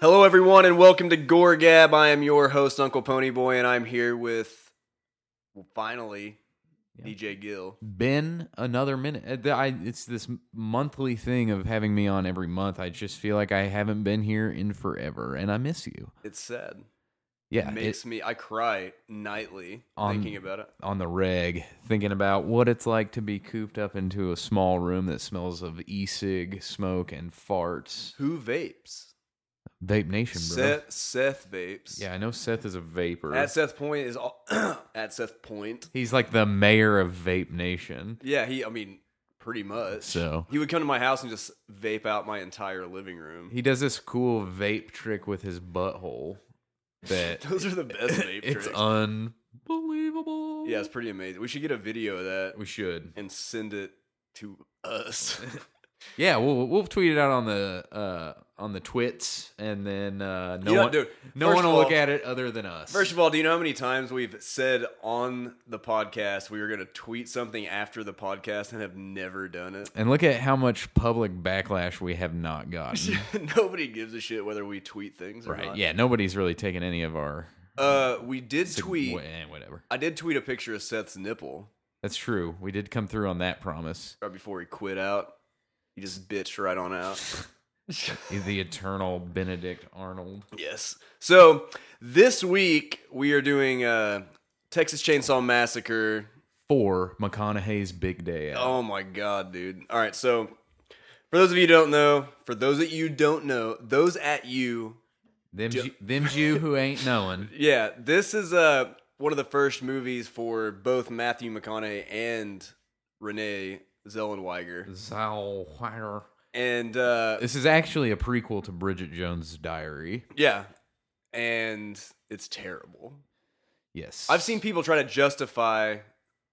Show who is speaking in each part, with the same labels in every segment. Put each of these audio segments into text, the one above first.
Speaker 1: Hello, everyone, and welcome to Gore Gab. I am your host, Uncle Ponyboy, and I'm here with, well, finally,
Speaker 2: Yeah.
Speaker 1: DJ Gill.
Speaker 2: been another minute. Uh, th- I, it's this m- monthly thing of having me on every month. I just feel like I haven't been here in forever, and I miss you.
Speaker 1: It's sad.
Speaker 2: Yeah,
Speaker 1: it
Speaker 2: it's
Speaker 1: makes me, I cry nightly
Speaker 2: On-
Speaker 1: thinking about it.
Speaker 2: on the reg, thinking about what it's like to be cooped up into a small room that smells of e-cig smoke and farts.
Speaker 1: Who vapes?
Speaker 2: Vape Nation, bro.
Speaker 1: Seth, Seth vapes.
Speaker 2: Yeah, I know Seth is a vapor.
Speaker 1: At Seth Point is all, at Seth Point.
Speaker 2: He's like the mayor of Vape Nation.
Speaker 1: Yeah, he, I mean, pretty much.
Speaker 2: So-
Speaker 1: he would come to my house and just vape out my entire living room.
Speaker 2: He does this cool vape trick with his butthole that
Speaker 1: Those are the best vape
Speaker 2: it's
Speaker 1: tricks.
Speaker 2: unbelievable.
Speaker 1: yeah, it's pretty amazing. We should get a video of that
Speaker 2: we should.
Speaker 1: and send it to us.
Speaker 2: Yeah, we'll we'll tweet it out on the uh on the twits, and then uh, no
Speaker 1: You know,
Speaker 2: one
Speaker 1: dude,
Speaker 2: no
Speaker 1: first
Speaker 2: one
Speaker 1: of
Speaker 2: will look
Speaker 1: all-
Speaker 2: at it other than us.
Speaker 1: First of all, do you know how many times we've said on the podcast we were going to tweet something after the podcast and have never done it?
Speaker 2: and look at how much public backlash we have not gotten.
Speaker 1: Nobody gives a shit whether we tweet things or
Speaker 2: right?
Speaker 1: not.
Speaker 2: Yeah, nobody's really taken any of our
Speaker 1: Uh, we did tweet.
Speaker 2: and whatever.
Speaker 1: I did tweet a picture of Seth's nipple
Speaker 2: That's true. We did come through on that promise.
Speaker 1: right before he quit out. He just bitched right on out.
Speaker 2: The eternal Benedict Arnold.
Speaker 1: Yes. So this week we are doing uh, Texas Chainsaw Massacre.
Speaker 2: for McConaughey's big day out.
Speaker 1: Oh my god, dude. All right, so for those of you who don't know, for those that you don't know, those at you,
Speaker 2: them's,
Speaker 1: Ju-
Speaker 2: you, them's you who ain't knowing.
Speaker 1: yeah, this is uh one of the first movies for both Matthew McConaughey and Renee Zellweger.
Speaker 2: Zellweger.
Speaker 1: And uh
Speaker 2: This is actually a prequel to Bridget Jones' Diary.
Speaker 1: yeah, and it's terrible.
Speaker 2: Yes,
Speaker 1: I've seen people try to justify,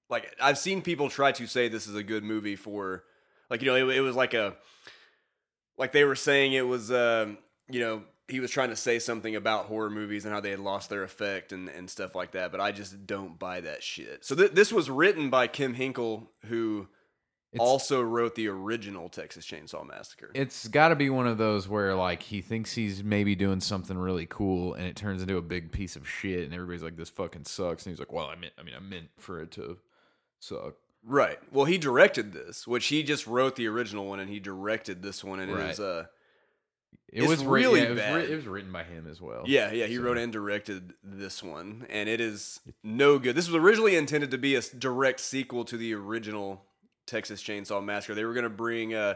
Speaker 1: like, I've seen people try to say this is a good movie for, like, you know, it, it was like a, like they were saying it was, um, you know, he was trying to say something about horror movies and how they had lost their effect and, and stuff like that. But I just don't buy that shit. So th- this was written by Kim Hinkle, who
Speaker 2: It's-
Speaker 1: also wrote the original Texas Chainsaw Massacre.
Speaker 2: It's got to be one of those where like he thinks he's maybe doing something really cool, and it turns into a big piece of shit, and everybody's like, "This fucking sucks." And he's like, "Well, I meant, I mean, I meant for it to suck."
Speaker 1: Right. Well, he directed this, which he just wrote the original one, and he directed this one, and it
Speaker 2: Right.
Speaker 1: was uh,
Speaker 2: It
Speaker 1: It's
Speaker 2: was writ-
Speaker 1: really
Speaker 2: yeah, it was
Speaker 1: bad.
Speaker 2: writ- it was written by him as well.
Speaker 1: Yeah, yeah, he
Speaker 2: So-
Speaker 1: wrote and directed this one, and it is no good. This was originally intended to be a s- direct sequel to the original Texas Chainsaw Massacre. They were going to bring uh,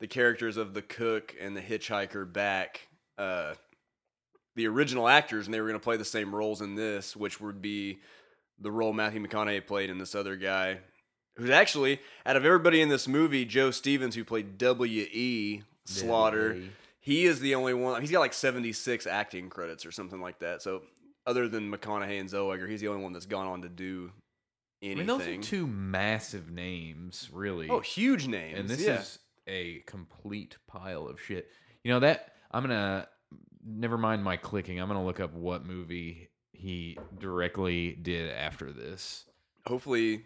Speaker 1: the characters of the cook and the hitchhiker back, uh, the original actors, and they were going to play the same roles in this, which would be the role Matthew McConaughey played in this other guy, who's actually out of everybody in this movie, Joe Stevens, who played W E Slaughter.
Speaker 2: Yeah.
Speaker 1: He is the only one. He's got like 76 acting credits or something like that. So, other than McConaughey and Zellweger, he's the only one that's gone on to do
Speaker 2: I
Speaker 1: anything.
Speaker 2: mean, those are two massive names, really.
Speaker 1: oh, huge names.
Speaker 2: and this
Speaker 1: yeah.
Speaker 2: is a complete pile of shit. You know that I'm gonna never mind my clicking. I'm gonna look up what movie he directly did after this.
Speaker 1: hopefully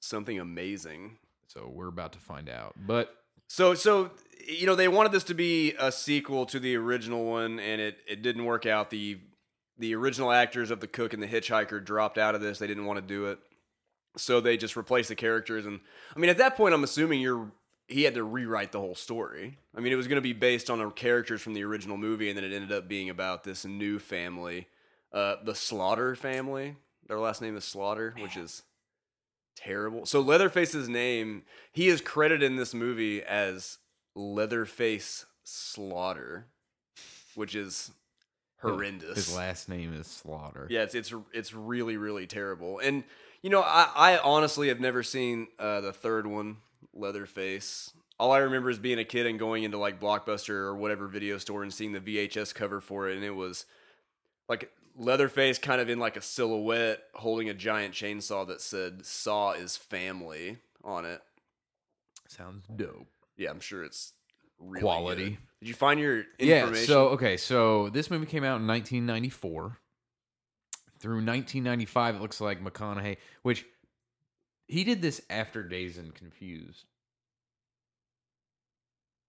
Speaker 1: something amazing.
Speaker 2: So we're about to find out. But
Speaker 1: So, so you know, they wanted this to be a sequel to the original one, and it it didn't work out. the The original actors of the cook and the hitchhiker dropped out of this. They didn't want to do it, so they just replaced the characters. And I mean, at that point, I'm assuming you're he had to rewrite the whole story. I mean, it was going to be based on the characters from the original movie, and then it ended up being about this new family, uh, the Slaughter family. Their last name is Slaughter, which is terrible. So Leatherface's name, he is credited in this movie as Leatherface Slaughter, which is horrendous.
Speaker 2: his last name is Slaughter.
Speaker 1: Yeah, it's it's it's really really terrible. And you know, I I honestly have never seen uh, the third one, Leatherface. All I remember is being a kid and going into like Blockbuster or whatever video store and seeing the VHS cover for it, and it was like Leatherface kind of in like a silhouette holding a giant chainsaw that said "Saw is family" on it.
Speaker 2: Sounds dope.
Speaker 1: Yeah, I'm sure it's really
Speaker 2: Quality.
Speaker 1: good. Did you find your
Speaker 2: Yeah.
Speaker 1: information?
Speaker 2: So okay. So this movie came out in 1994. Through 1995, it looks like McConaughey, which he did this after Days and Confused.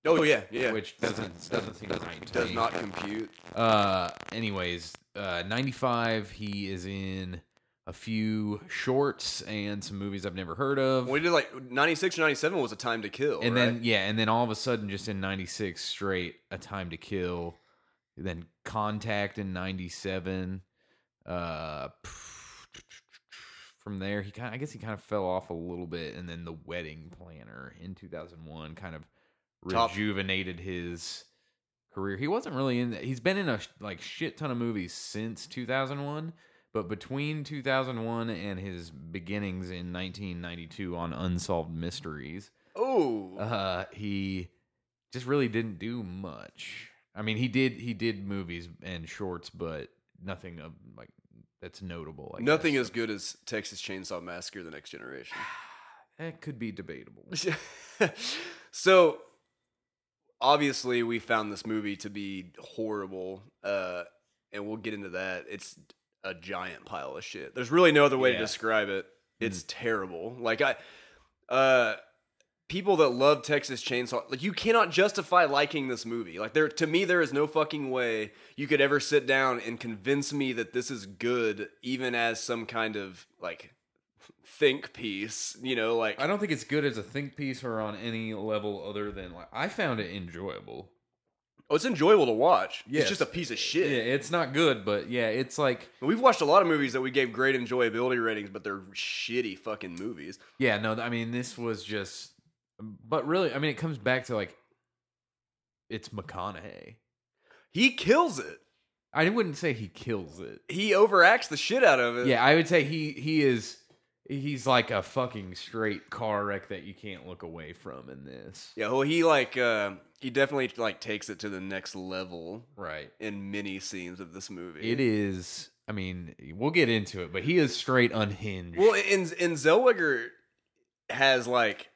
Speaker 1: Oh yeah, yeah.
Speaker 2: which doesn't doesn't seem right. to
Speaker 1: Does
Speaker 2: me.
Speaker 1: not compute.
Speaker 2: Uh, anyways, uh, 95, he is in a few shorts and some movies I've never heard of.
Speaker 1: We did like 96 or 97 was a time to kill.
Speaker 2: and
Speaker 1: right?
Speaker 2: then, yeah, and then all of a sudden, just in 96, straight, A Time to Kill. Then Contact in 97. Uh, from there, he kind I guess he kind of fell off a little bit. And then The Wedding Planner in 2001 kind of
Speaker 1: Top-
Speaker 2: rejuvenated his career. He wasn't really in. He's been in a sh- like shit ton of movies since 2001, but between 2001 and his beginnings in 1992 on Unsolved Mysteries,
Speaker 1: oh,
Speaker 2: uh, he just really didn't do much. I mean, he did he did movies and shorts, but nothing of like that's notable. I
Speaker 1: nothing
Speaker 2: guess.
Speaker 1: as good as Texas Chainsaw Massacre: The Next Generation.
Speaker 2: that Eh, could be debatable.
Speaker 1: so obviously we found this movie to be horrible uh and we'll get into that it's a giant pile of shit there's really no other way
Speaker 2: Yeah.
Speaker 1: to describe it it's terrible like i uh people that love texas chainsaw like you cannot justify liking this movie like there to me there is no fucking way you could ever sit down and convince me that this is good even as some kind of like think piece you know like
Speaker 2: I don't think it's good as a think piece or on any level other than like I found it enjoyable.
Speaker 1: Oh, it's enjoyable to watch.
Speaker 2: Yes.
Speaker 1: It's just a piece of
Speaker 2: Yeah,
Speaker 1: shit.
Speaker 2: it's not good, but yeah, it's like
Speaker 1: We've watched a lot of movies that we gave great enjoyability ratings, but they're shitty fucking movies.
Speaker 2: yeah, no, I mean this was just um, but really, I mean it comes back to like it's McConaughey.
Speaker 1: He kills it.
Speaker 2: I wouldn't say he kills it.
Speaker 1: He overacts the shit out of it.
Speaker 2: Yeah, I would say he he is he's like a fucking straight car wreck that you can't look away from in this.
Speaker 1: Yeah. Well, he like uh, he definitely like takes it to the next level
Speaker 2: Right.
Speaker 1: in many scenes of this movie.
Speaker 2: It is I mean, we'll get into it, but he is straight unhinged.
Speaker 1: Well, and and Zellweger has like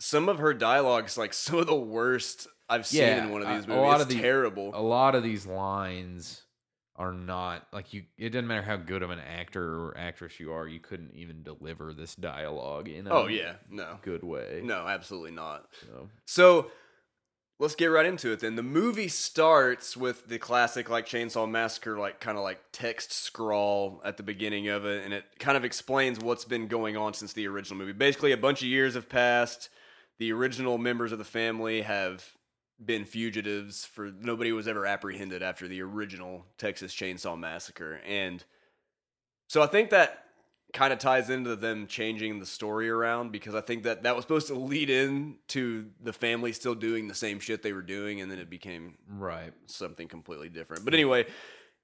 Speaker 1: some of her dialogues like some of the worst I've seen
Speaker 2: Yeah,
Speaker 1: in one of these
Speaker 2: a- a
Speaker 1: movies.
Speaker 2: lot
Speaker 1: it's
Speaker 2: of Oh, the-
Speaker 1: terrible.
Speaker 2: a lot of these lines are not like you it doesn't matter how good of an actor or actress you are you couldn't even deliver this dialogue in a
Speaker 1: oh yeah, no,
Speaker 2: good way
Speaker 1: no, absolutely not.
Speaker 2: So,
Speaker 1: So let's get right into it then. The movie starts with the classic like Chainsaw Massacre like kind of like text scrawl at the beginning of it and it kind of explains what's been going on since the original movie. Basically a bunch of years have passed. The original members of the family have been fugitives for nobody was ever apprehended after the original Texas Chainsaw Massacre and so I think that kind of ties into them changing the story around because I think that that was supposed to lead in to the family still doing the same shit they were doing, and then it became
Speaker 2: right
Speaker 1: something completely different. But anyway,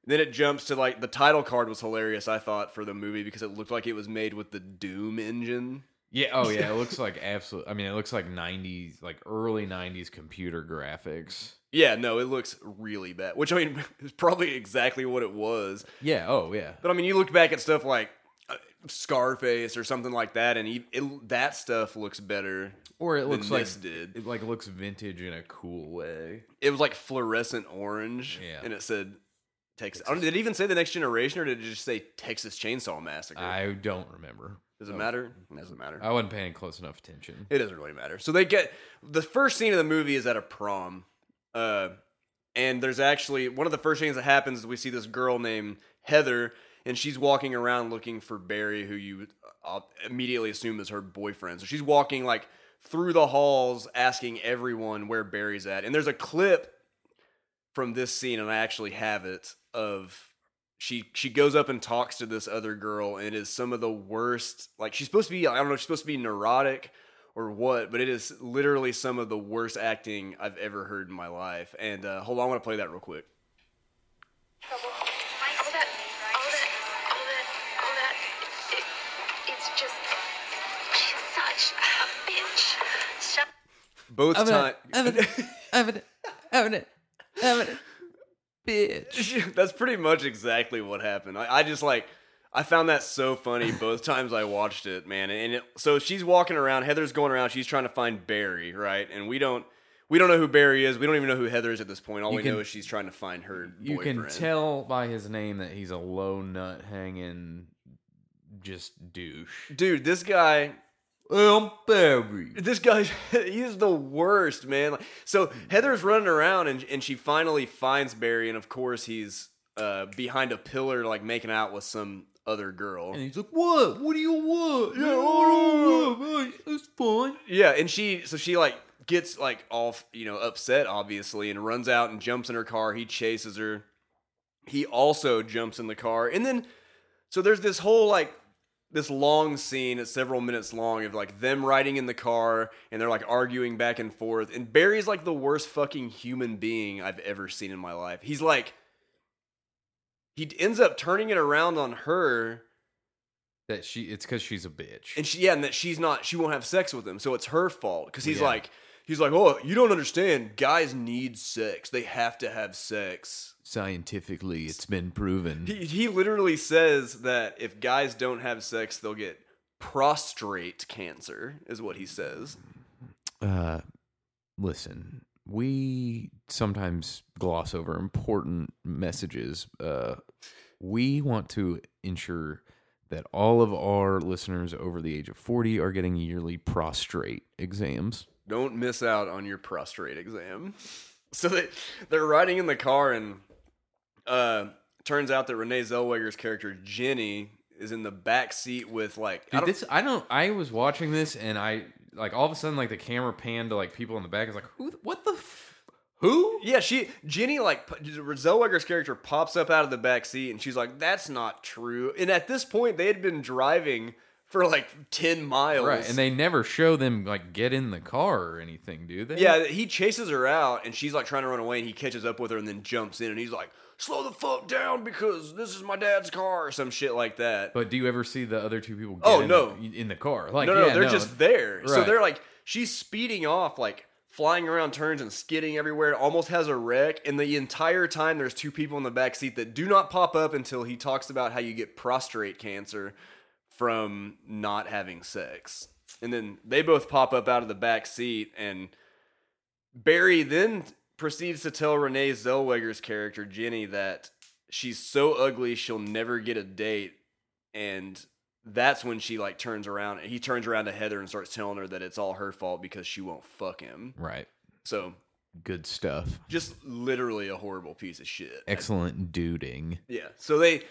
Speaker 1: then it jumps to like the title card was hilarious. I thought for the movie because it looked like it was made with the Doom engine.
Speaker 2: yeah oh yeah it looks like absolute i mean it looks like 90s like early 90s computer graphics
Speaker 1: Yeah, no, it looks really bad. Which I mean, is probably exactly what it was.
Speaker 2: yeah oh yeah
Speaker 1: But I mean, you look back at stuff like uh, Scarface or something like that, and e it, that stuff looks better
Speaker 2: or it
Speaker 1: than
Speaker 2: looks like
Speaker 1: this did.
Speaker 2: it like looks vintage in a cool way
Speaker 1: it was like fluorescent orange,
Speaker 2: Yeah.
Speaker 1: and it said Texas. I don't- did it even say the next generation, or did it just say Texas Chainsaw Massacre?
Speaker 2: i don't remember
Speaker 1: Does it matter? It doesn't matter.
Speaker 2: i wasn't paying close enough attention
Speaker 1: It doesn't really matter. So they get the first scene of the movie is at a prom, uh, and there's actually one of the first things that happens is we see this girl named Heather, and she's walking around looking for Barry, who you uh, immediately assume is her boyfriend. So she's walking like through the halls, asking everyone where Barry's at, and there's a clip from this scene, and I actually have it of. She, she goes up and talks to this other girl and it is some of the worst like she's supposed to be I don't know she's supposed to be neurotic or what, but it is literally some of the worst acting I've ever heard in my life. And uh, hold on, I want to play that real quick.
Speaker 3: trouble. All that, all that, all that, all that. It, it, it's just, she's such a bitch. Such
Speaker 1: Both times.
Speaker 2: evident, evident, evident, bitch.
Speaker 1: That's pretty much exactly what happened. I, I just like I found that so funny both times I watched it, man. And it, so she's walking around. Heather's going around. She's trying to find Barry, right? And we don't. We don't know who Barry is. We don't even know who Heather is at this point. All
Speaker 2: You
Speaker 1: we
Speaker 2: can-
Speaker 1: know is she's trying to find her boyfriend.
Speaker 2: You can tell by his name that he's a low nut hanging, just douche.
Speaker 1: dude, this guy
Speaker 2: I'm buried.
Speaker 1: This guy, he's the worst, man. Like, So Heather's running around and, and she finally finds Barry, and of course, he's uh, behind a pillar, like making out with some other girl.
Speaker 2: And he's like, "What? What do you want?
Speaker 1: Yeah,
Speaker 2: I don't know. It's fine."
Speaker 1: Yeah, and she, so she like gets like off, you know, upset, obviously, and runs out and jumps in her car. He chases her. He also jumps in the car. And then, so there's this whole like, this long scene that's several minutes long of like them riding in the car and they're like arguing back and forth. And Barry's like the worst fucking human being I've ever seen in my life. He's like, he ends up turning it around on her
Speaker 2: That she, it's because she's a bitch.
Speaker 1: and she yeah, and that she's not she won't have sex with him, so it's her fault because he's
Speaker 2: Yeah.
Speaker 1: like he's like oh you don't understand guys need sex they have to have sex.
Speaker 2: Scientifically, it's been proven.
Speaker 1: He he literally says that if guys don't have sex they'll get prostrate cancer is what he says.
Speaker 2: uh, listen, we sometimes gloss over important messages. Uh, we want to ensure that all of our listeners over the age of 40 are getting yearly prostrate exams.
Speaker 1: Don't miss out on your prostrate exam. So they they're riding in the car and uh turns out that Renee Zellweger's character Jenny is in the back seat with like I
Speaker 2: Dude,
Speaker 1: don't-
Speaker 2: this I don't I was watching this and I like all of a sudden like the camera panned to like people in the back. It's like who th- what the f- who?
Speaker 1: Yeah, she Jenny like p- Zellweger's character pops up out of the back seat and she's like, "That's not true." And at this point, they had been driving for like ten miles,
Speaker 2: Right, and they never show them like get in the car or anything, do they?
Speaker 1: yeah, he chases her out and she's like trying to run away, and he catches up with her and then jumps in and he's like, "Slow the fuck down because this is my dad's car," or some shit like that.
Speaker 2: But do you ever see the other two people? Get
Speaker 1: Oh,
Speaker 2: in,
Speaker 1: no.
Speaker 2: in the car. Like
Speaker 1: no, no,
Speaker 2: yeah,
Speaker 1: they're just there. So
Speaker 2: Right.
Speaker 1: they're like, she's speeding off, like flying around turns and skidding everywhere. Almost has a wreck. And the entire time, there's two people in the back seat that do not pop up until he talks about how you get prostate cancer from not having sex. And then they both pop up out of the back seat, and Barry then proceeds to tell Renee Zellweger's character Jenny that she's so ugly she'll never get a date and that's when she like turns around he turns around to heather and starts telling her that it's all her fault because she won't fuck him
Speaker 2: right.
Speaker 1: so
Speaker 2: Good stuff.
Speaker 1: just literally a horrible piece of shit
Speaker 2: Excellent duding.
Speaker 1: yeah so they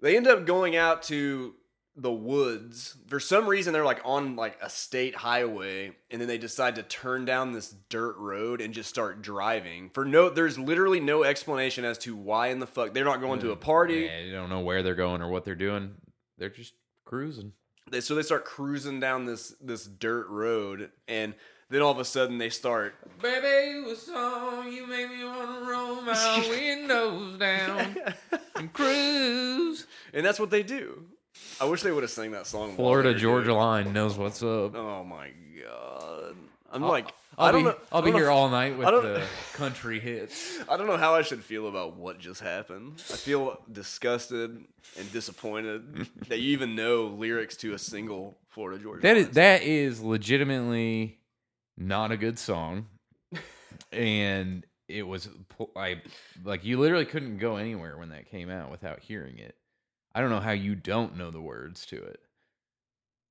Speaker 1: they end up going out to the woods for some reason they're like on like a state highway and then they decide to turn down this dirt road and just start driving for no there's literally no explanation as to why in the fuck they're not going to a party
Speaker 2: Yeah, you don't know where they're going or what they're doing. They're just cruising.
Speaker 1: they so they start cruising down this this dirt road and then all of a sudden they start
Speaker 2: Baby, what's on? You make me wanna roll my windows down and cruise.
Speaker 1: and that's what they do i wish they would have sang that song while they
Speaker 2: Florida
Speaker 1: were
Speaker 2: Georgia
Speaker 1: doing
Speaker 2: Line knows what's up.
Speaker 1: it. oh my god i'm like
Speaker 2: I'll
Speaker 1: I do
Speaker 2: be,
Speaker 1: not know,
Speaker 2: I'll
Speaker 1: I
Speaker 2: be
Speaker 1: don't
Speaker 2: here
Speaker 1: know-
Speaker 2: all night with
Speaker 1: don't-
Speaker 2: the country hits.
Speaker 1: i don't know how i should feel about what just happened i feel disgusted and disappointed that you even know lyrics to a single florida georgia
Speaker 2: That is
Speaker 1: Line
Speaker 2: that is legitimately not a good song, and it was po- I like you literally couldn't go anywhere when that came out without hearing it. I don't know how you don't know the words to it.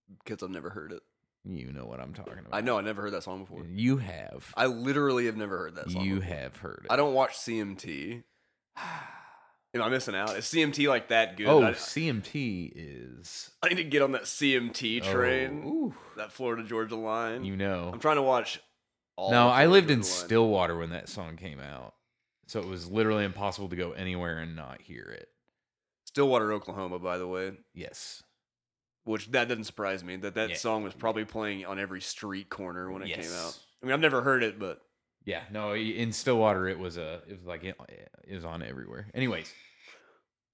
Speaker 1: song, because i've never heard it
Speaker 2: You know what I'm talking about.
Speaker 1: i know i never heard that song before
Speaker 2: you have.
Speaker 1: i literally have never heard that song
Speaker 2: You
Speaker 1: before.
Speaker 2: have heard it.
Speaker 1: i don't watch cmt Am I missing out? Is CMT like that good?
Speaker 2: Oh,
Speaker 1: I,
Speaker 2: CMT is
Speaker 1: I need to get on that CMT E train,
Speaker 2: Oh,
Speaker 1: that Florida Georgia
Speaker 2: ooh,
Speaker 1: line.
Speaker 2: you know.
Speaker 1: I'm trying to watch all.
Speaker 2: No,
Speaker 1: of
Speaker 2: I
Speaker 1: Florida
Speaker 2: lived in
Speaker 1: Georgia Line.
Speaker 2: Stillwater when that song came out, so it was literally impossible to go anywhere and not hear it.
Speaker 1: Stillwater, Oklahoma, by the way.
Speaker 2: Yes.
Speaker 1: Which that doesn't surprise me that that
Speaker 2: Yeah.
Speaker 1: song was probably playing on every street corner when it came out.
Speaker 2: Yes.
Speaker 1: I mean, I've never heard it, but
Speaker 2: Yeah, no, i- in Stillwater it was a it was like it, it was on everywhere. Anyways,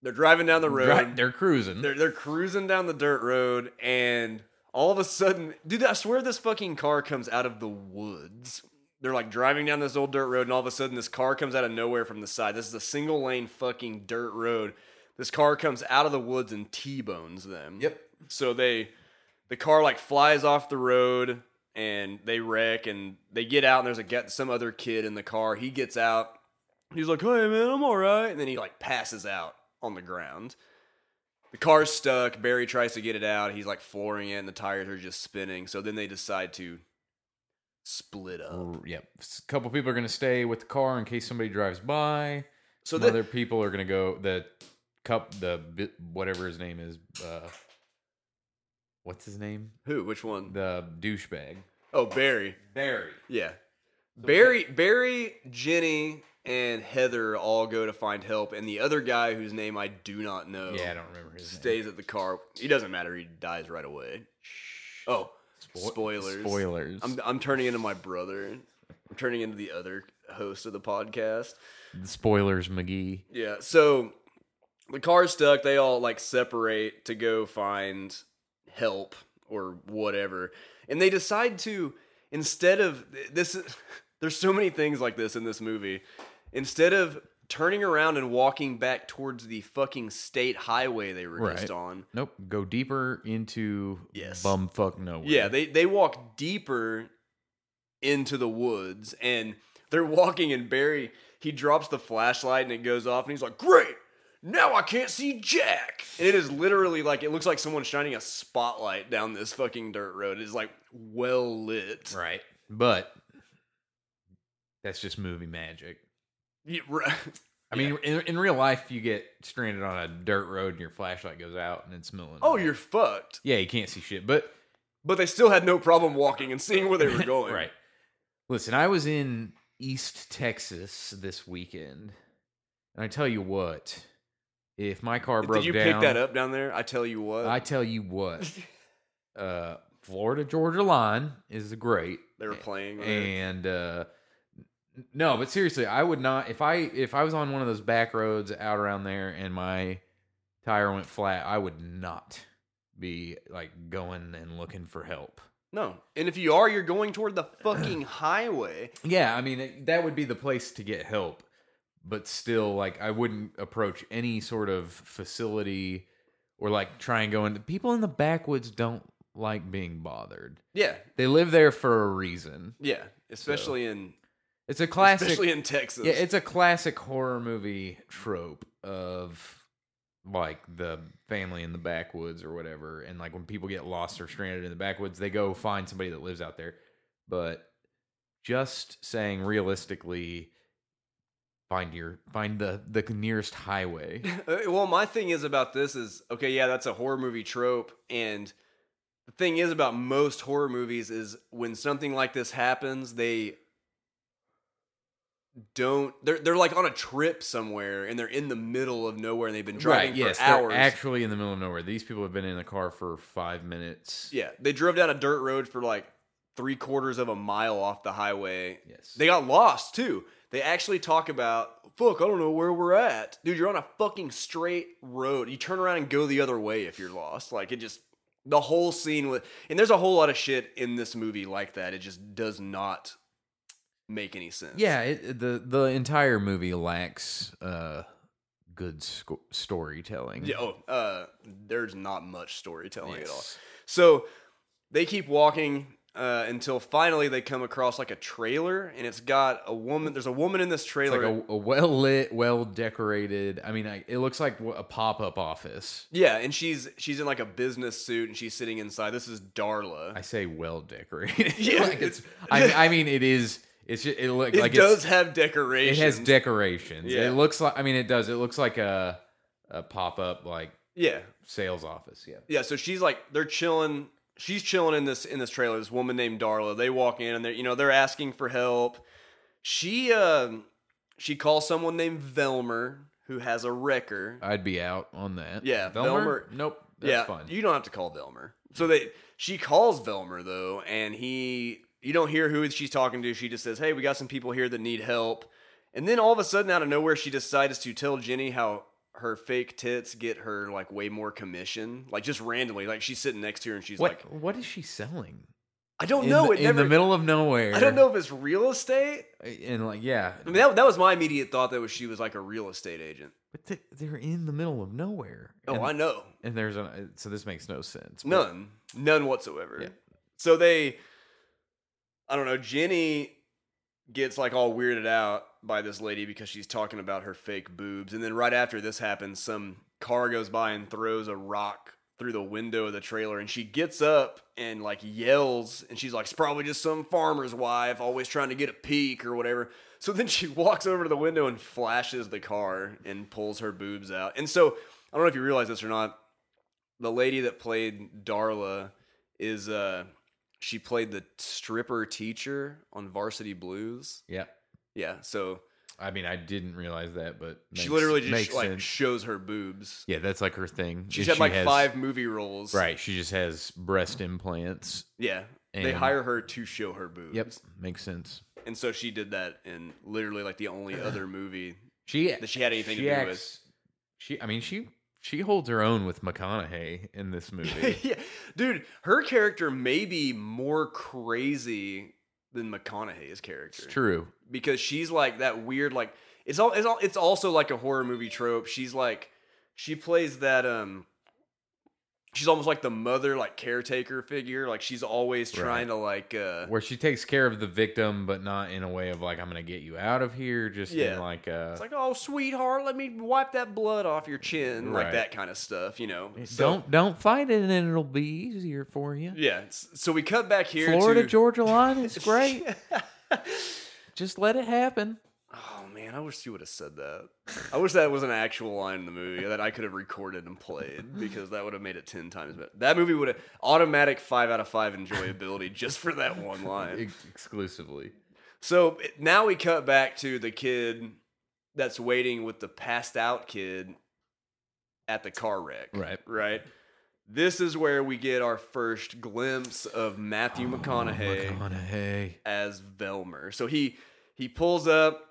Speaker 1: they're driving down the road.
Speaker 2: right, they're cruising.
Speaker 1: They're they're cruising down the dirt road, and all of a sudden, dude, I swear this fucking car comes out of the woods. They're like driving down this old dirt road, and all of a sudden, this car comes out of nowhere from the side. This is a single lane fucking dirt road. This car comes out of the woods and t-bones them.
Speaker 2: Yep.
Speaker 1: So they, the car like flies off the road, and they wreck, and they get out, and there's a get some other kid in the car. He gets out. He's like, "Hey man, I'm all right," and then he like passes out on the ground. The car's stuck. Barry tries to get it out. He's like flooring it, and the tires are just spinning. So then they decide to split up.
Speaker 2: Or- Yep. S- A couple people are going to stay with the car in case somebody drives by.
Speaker 1: So
Speaker 2: Some
Speaker 1: the,
Speaker 2: other people are going to go. The cup, the bi- whatever his name is. Uh, what's his name?
Speaker 1: who? Which one?
Speaker 2: The douchebag.
Speaker 1: Oh, Barry.
Speaker 2: Barry.
Speaker 1: Yeah. Barry, Barry, Jenny, and Heather all go to find help, and the other guy whose name I do not know
Speaker 2: Yeah, I don't remember his name.
Speaker 1: stays at the car. He doesn't matter. He dies right away. Oh,
Speaker 2: Spo-
Speaker 1: spoilers!
Speaker 2: Spoilers.
Speaker 1: I'm I'm turning into my brother. I'm turning into the other host of the podcast.
Speaker 2: spoilers, McGee.
Speaker 1: Yeah. So the car's stuck. They all like separate to go find help or whatever. And they decide to, instead of this, there's so many things like this in this movie. Instead of turning around and walking back towards the fucking state highway they were just
Speaker 2: Right.
Speaker 1: on,
Speaker 2: Nope. Go deeper into
Speaker 1: Yes.
Speaker 2: bumfuck nowhere.
Speaker 1: yeah, they, they walk deeper into the woods and they're walking, and Barry, he drops the flashlight and it goes off, and he's like, Great! Now I can't see Jack! And it is literally like, it looks like someone's shining a spotlight down this fucking dirt road. It's like well lit.
Speaker 2: right. But that's just movie magic.
Speaker 1: Yeah, right.
Speaker 2: I mean, in, in real life, you get stranded on a dirt road and your flashlight goes out and it's milling.
Speaker 1: Oh, you're fucked.
Speaker 2: yeah, you can't see shit. But
Speaker 1: But they still had no problem walking and seeing where they were going.
Speaker 2: right. Listen, I was in East Texas this weekend, and I tell you what, if my car broke
Speaker 1: Did you
Speaker 2: down,
Speaker 1: pick that up down there? I tell you what,
Speaker 2: I tell you what, uh, Florida Georgia line is great.
Speaker 1: they were playing. there.
Speaker 2: and uh n- no but seriously i would not if i if i was on one of those back roads out around there and my tire went flat i would not be like going and looking for help
Speaker 1: No. And if you are, you're going toward the fucking highway.
Speaker 2: yeah i mean it- that would be the place to get help but still like i wouldn't approach any sort of facility or like try and go into people in the backwoods don't like being bothered
Speaker 1: Yeah.
Speaker 2: they live there for a reason
Speaker 1: Yeah, especially in
Speaker 2: it's a classic
Speaker 1: especially in Texas.
Speaker 2: Yeah, it's a classic horror movie trope of like the family in the backwoods or whatever. And like when people get lost or stranded in the backwoods, they go find somebody that lives out there. But just saying realistically, find your find the the nearest highway.
Speaker 1: Uh, well, my thing is about this is okay. Yeah, that's a horror movie trope, and the thing is about most horror movies is when something like this happens, they don't. They're they're like on a trip somewhere, and they're in the middle of nowhere, and they've been driving
Speaker 2: right,
Speaker 1: for
Speaker 2: yes, they're
Speaker 1: hours.
Speaker 2: actually in the middle of nowhere. These people have been in the car for five minutes.
Speaker 1: yeah, they drove down a dirt road for like three quarters of a mile off the highway,
Speaker 2: Yes.
Speaker 1: They got lost too. They actually talk about, fuck, I don't know where we're at. Dude, you're on a fucking straight road. You turn around and go the other way if you're lost. Like it just the whole scene with and there's a whole lot of shit in this movie like that. It just does not make any sense.
Speaker 2: Yeah, it, the the entire movie lacks uh, good sco- storytelling.
Speaker 1: Yeah, oh, uh, there's not much storytelling at all.
Speaker 2: Yes.
Speaker 1: So they keep walking uh, until finally they come across like a trailer and it's got a woman. There's a woman in this
Speaker 2: It's
Speaker 1: trailer.
Speaker 2: like a, a well lit, well decorated. I mean, I, it looks like a pop up office.
Speaker 1: Yeah, and she's she's in like a business suit and she's sitting inside. This is Darla.
Speaker 2: I say well decorated.
Speaker 1: Yeah,
Speaker 2: like it's. I, I mean, it is. It's just, it look
Speaker 1: it
Speaker 2: like
Speaker 1: does
Speaker 2: It's,
Speaker 1: have
Speaker 2: it
Speaker 1: decorations.
Speaker 2: has decorations.
Speaker 1: Yeah.
Speaker 2: It looks like. I mean, it does. It looks like a a pop up like
Speaker 1: yeah,
Speaker 2: sales office. Yeah.
Speaker 1: yeah. So she's like they're chilling. She's chilling in this in this trailer. This woman named Darla. They walk in and they're you know they're asking for help. She um she calls someone named Velmer who has a wrecker.
Speaker 2: I'd be out on that.
Speaker 1: Yeah,
Speaker 2: Velmer.
Speaker 1: Velmer-
Speaker 2: Nope. That's
Speaker 1: yeah,
Speaker 2: fine.
Speaker 1: you don't have to call Velmer. So they she calls Velmer though, and he you don't hear who she's talking to. She just says, "Hey, we got some people here that need help." And then all of a sudden, out of nowhere, she decides to tell Jenny how her fake tits get her like way more commission, like just randomly. Like she's sitting next to her and she's
Speaker 2: what
Speaker 1: like,
Speaker 2: What is she selling?
Speaker 1: "I don't
Speaker 2: in
Speaker 1: know."
Speaker 2: the,
Speaker 1: it
Speaker 2: in
Speaker 1: never.
Speaker 2: the middle of nowhere.
Speaker 1: I don't know if it's real estate.
Speaker 2: And like, yeah,
Speaker 1: I mean, that, that was my immediate thought that was she was like a real estate agent.
Speaker 2: but th- they're in the middle of nowhere.
Speaker 1: Oh,
Speaker 2: and,
Speaker 1: I know.
Speaker 2: and there's an so this makes no sense. but-
Speaker 1: None. None whatsoever.
Speaker 2: Yeah.
Speaker 1: So they I don't know, Jenny gets like all weirded out by this lady because she's talking about her fake boobs and then right after this happens some car goes by and throws a rock through the window of the trailer and she gets up and like yells and she's like it's probably just some farmer's wife always trying to get a peek or whatever so then she walks over to the window and flashes the car and pulls her boobs out and so i don't know if you realize this or not the lady that played darla is uh she played the stripper teacher on varsity blues
Speaker 2: Yeah.
Speaker 1: yeah so
Speaker 2: I mean, I didn't realize that, but
Speaker 1: she
Speaker 2: makes-
Speaker 1: literally just
Speaker 2: makes
Speaker 1: like
Speaker 2: sense.
Speaker 1: shows her boobs
Speaker 2: yeah, that's like her thing.
Speaker 1: she's
Speaker 2: is
Speaker 1: had
Speaker 2: she
Speaker 1: like
Speaker 2: has-
Speaker 1: five movie roles
Speaker 2: Right. She just has breast implants.
Speaker 1: yeah they
Speaker 2: And-
Speaker 1: hire her to show her boobs
Speaker 2: Yep. Makes sense.
Speaker 1: And so she did that in literally like the only other movie.
Speaker 2: She
Speaker 1: That she had anything to do with.
Speaker 2: She. I mean, she. She holds her own with McConaughey in this movie.
Speaker 1: yeah. Dude, her character may be more crazy than McConaughey's character.
Speaker 2: it's true.
Speaker 1: Because she's like that weird like it's all it's all it's also like a horror movie trope. She's like she plays that um she's almost like the mother like caretaker figure. Like she's always
Speaker 2: Right.
Speaker 1: trying to like uh
Speaker 2: Where she takes care of the victim, but not in a way of like I'm gonna get you out of here. Just
Speaker 1: Yeah.
Speaker 2: in like a
Speaker 1: it's like, oh sweetheart, let me wipe that blood off your chin, like
Speaker 2: Right.
Speaker 1: that kind of stuff, you know. So-
Speaker 2: don't don't fight it, and it'll be easier for you.
Speaker 1: Yeah. s- So we cut back here.
Speaker 2: Florida
Speaker 1: to,
Speaker 2: Georgia line is great. Just let it happen.
Speaker 1: Oh man, I wish you would have said that. I wish that was an actual line in the movie that I could have recorded and played because that would have made it ten times better. That movie would have automatic five out of five enjoyability just for that one line.
Speaker 2: exclusively.
Speaker 1: So it- now we cut back to the kid that's waiting with the passed out kid at the car wreck.
Speaker 2: Right.
Speaker 1: Right. This is where we get our first glimpse of Matthew McConaughey.
Speaker 2: Oh, McConaughey.
Speaker 1: as Velmer. So he he pulls up.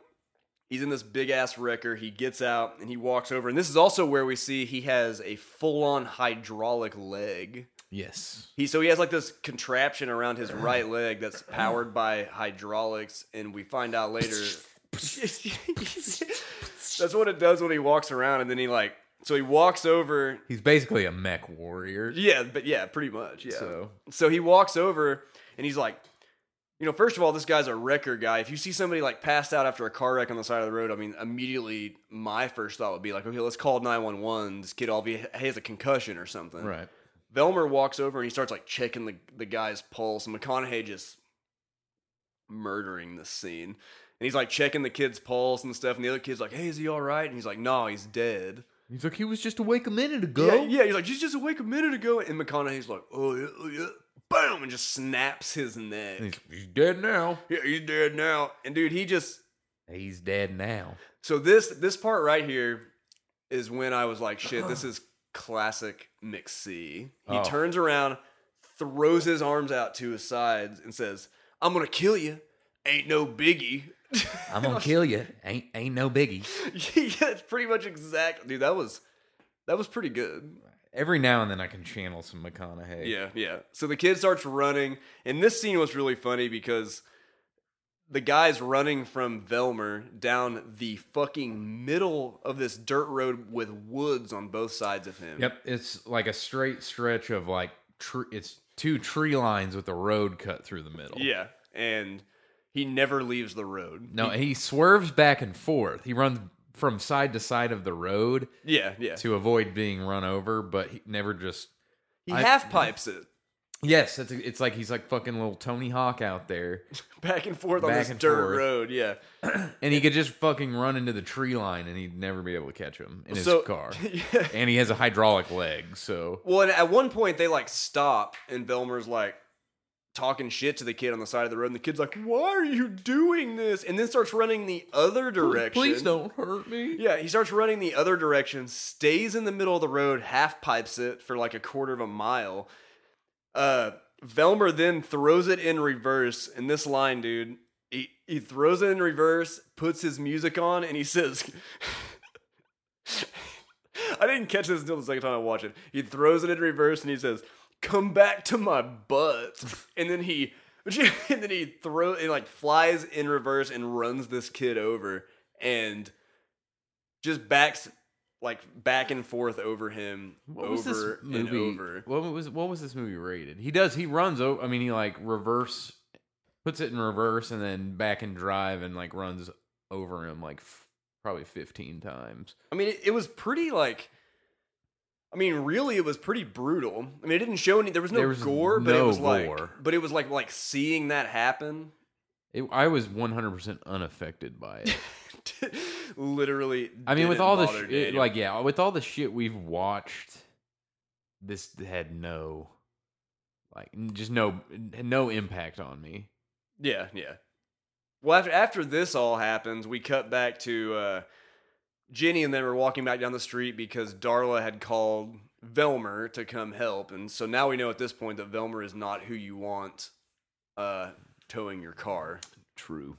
Speaker 1: He's in this big ass wrecker. He gets out and he walks over. And this is also where we see he has a full on hydraulic leg.
Speaker 2: Yes.
Speaker 1: He so he has like this contraption around his right leg that's powered by hydraulics, and we find out later that's what it does when he walks around. And then he like so he walks over.
Speaker 2: He's basically a mech warrior.
Speaker 1: Yeah, but yeah, pretty much. Yeah.
Speaker 2: So
Speaker 1: So he walks over and he's like, you know, first of all, this guy's a wrecker guy. If you see somebody like passed out after a car wreck on the side of the road, I mean, immediately my first thought would be like, okay, let's call 911. This kid all be, has a concussion or something.
Speaker 2: right.
Speaker 1: Velmer walks over and he starts like checking the, the guy's pulse. And McConaughey just murdering this scene. And he's like checking the kid's pulse and stuff. And the other kid's like, hey, is he all right? And he's like, no, he's dead.
Speaker 2: He's like he was just awake a minute ago.
Speaker 1: Yeah, yeah, he's like, he's just awake a minute ago. And McConaughey's like, oh, yeah, oh, yeah. Bam! And just snaps his neck.
Speaker 2: And He's, he's dead now.
Speaker 1: yeah, he's dead now. And dude, he just.
Speaker 2: He's dead now.
Speaker 1: So this this part right here is when I was like, shit, this is classic McSee. He
Speaker 2: Oh.
Speaker 1: turns around, throws his arms out to his sides, and says, I'm going to kill you. Ain't no biggie.
Speaker 2: I'm gonna kill you. Ain't ain't no biggie.
Speaker 1: yeah, it's pretty much exact. Dude, that was. That was pretty good.
Speaker 2: Every now and then I can channel some McConaughey.
Speaker 1: Yeah, yeah. So the kid starts running, and this scene was really funny because the guy's running from Velmer down the fucking middle of this dirt road with woods on both sides of him.
Speaker 2: Yep. It's like a straight stretch of like tr- it's two tree lines with a road cut through the middle.
Speaker 1: Yeah, and he never leaves the road.
Speaker 2: No, he swerves back and forth. He runs from side to side of the road
Speaker 1: Yeah, yeah.
Speaker 2: to avoid being run over, but he never just.
Speaker 1: He
Speaker 2: I-
Speaker 1: half pipes it
Speaker 2: Yes, that's, it's like he's like fucking little Tony Hawk out there,
Speaker 1: back and forth on
Speaker 2: Back
Speaker 1: this
Speaker 2: and
Speaker 1: dirt
Speaker 2: forth.
Speaker 1: road. Yeah.
Speaker 2: and he could just fucking run into the tree line, and he'd never be able to catch him in his
Speaker 1: So-
Speaker 2: car.
Speaker 1: yeah.
Speaker 2: and he has a hydraulic leg, so
Speaker 1: Well, and at one point they like stop, and Velmer's like talking shit to the kid on the side of the road, and the kid's like, "Why are you doing this?" And then starts running the other direction.
Speaker 2: please don't hurt me.
Speaker 1: Yeah, he starts running the other direction, stays in the middle of the road, half pipes it for like a quarter of a mile. Uh, Velmer then throws it in reverse, and this line, dude, he, he throws it in reverse, puts his music on, and he says, I didn't catch this until the second time I watched it. He throws it in reverse and he says, "Come back to my butt," and then he, and then he throw and like flies in reverse and runs this kid over and just backs like back and forth over him
Speaker 2: What was this
Speaker 1: over and
Speaker 2: movie?
Speaker 1: over.
Speaker 2: What was what was this movie rated? He does. He runs over. I mean, he like reverse, puts it in reverse, and then back and drive, and like runs over him like f- probably fifteen times.
Speaker 1: I mean, it, it was pretty like I mean, really, it was pretty brutal. I mean, it didn't show any. There was no
Speaker 2: There was
Speaker 1: gore, but it
Speaker 2: no
Speaker 1: was
Speaker 2: gore.
Speaker 1: like, but it was like like seeing that happen.
Speaker 2: It, I was 100% unaffected by it.
Speaker 1: Literally,
Speaker 2: I mean, with
Speaker 1: didn't
Speaker 2: all the
Speaker 1: bother
Speaker 2: sh- it-
Speaker 1: Daniel.
Speaker 2: like, yeah, with all the shit we've watched, this had no, like, n- just no, no impact on me.
Speaker 1: Yeah, yeah. Well, after after this all happens, we cut back to uh, Jenny and them were walking back down the street because Darla had called Velmer to come help, and so now we know at this point that Velmer is not who you want uh, towing your car.
Speaker 2: True.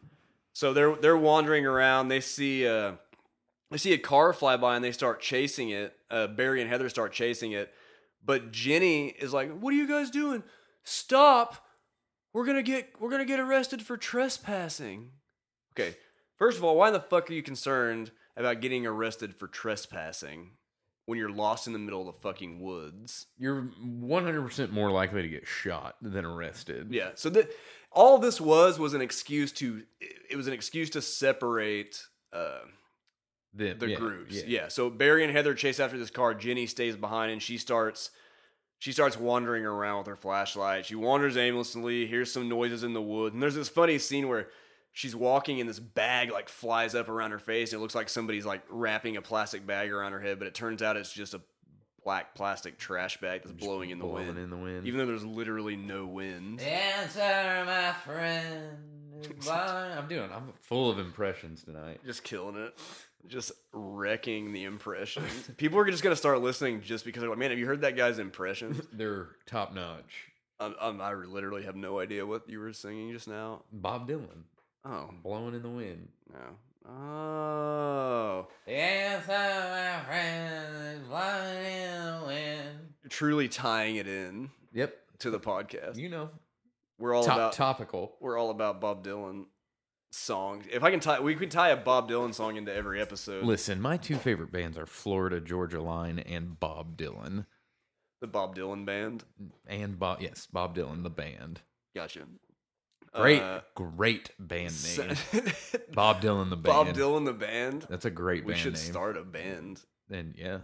Speaker 1: So they're they're wandering around. They see uh, they see a car fly by and they start chasing it. Uh, Barry and Heather start chasing it, but Jenny is like, "What are you guys doing? Stop! We're gonna get we're gonna get arrested for trespassing." Okay, first of all, why the fuck are you concerned about getting arrested for trespassing when you're lost in the middle of the fucking woods?
Speaker 2: You're 100% more likely to get shot than arrested.
Speaker 1: Yeah. So that all this was was an excuse to it was an excuse to separate. Uh,
Speaker 2: The,
Speaker 1: the
Speaker 2: yeah,
Speaker 1: groups. Yeah. So Barry and Heather chase after this car. Jenny stays behind and she starts she starts wandering around with her flashlight. She wanders aimlessly, hears some noises in the woods, and there's this funny scene where she's walking and this bag like flies up around her face and it looks like somebody's like wrapping a plastic bag around her head, but it turns out it's just a black plastic trash bag that's
Speaker 2: Just
Speaker 1: blowing in the
Speaker 2: blowing
Speaker 1: wind.
Speaker 2: in the wind.
Speaker 1: Even though there's literally no wind.
Speaker 2: Answer, my friend. I'm doing. I'm full of impressions tonight.
Speaker 1: Just killing it. Just wrecking the impressions. People are just gonna start listening just because they're like, man, have you heard that guy's impressions?
Speaker 2: They're top notch.
Speaker 1: Um, um, I literally have no idea what you were singing just now.
Speaker 2: Bob Dylan,
Speaker 1: Oh
Speaker 2: blowing in the wind.
Speaker 1: no. Oh,
Speaker 2: Answer, my friend. Blowing in the wind.
Speaker 1: truly tying it in
Speaker 2: Yep,
Speaker 1: to the podcast.
Speaker 2: you know,
Speaker 1: We're all
Speaker 2: top,
Speaker 1: about
Speaker 2: topical.
Speaker 1: we're all about Bob Dylan songs. If I can tie, we could tie a Bob Dylan song into every episode.
Speaker 2: Listen, my two favorite bands are Florida Georgia Line and Bob Dylan.
Speaker 1: The Bob Dylan band.
Speaker 2: And Bob, yes, Bob Dylan, the band.
Speaker 1: Gotcha.
Speaker 2: Great,
Speaker 1: Uh,
Speaker 2: great band
Speaker 1: so-
Speaker 2: name. Bob Dylan, the band.
Speaker 1: Bob Dylan the band.
Speaker 2: That's a great
Speaker 1: We
Speaker 2: band
Speaker 1: should
Speaker 2: name.
Speaker 1: start a band
Speaker 2: And yeah,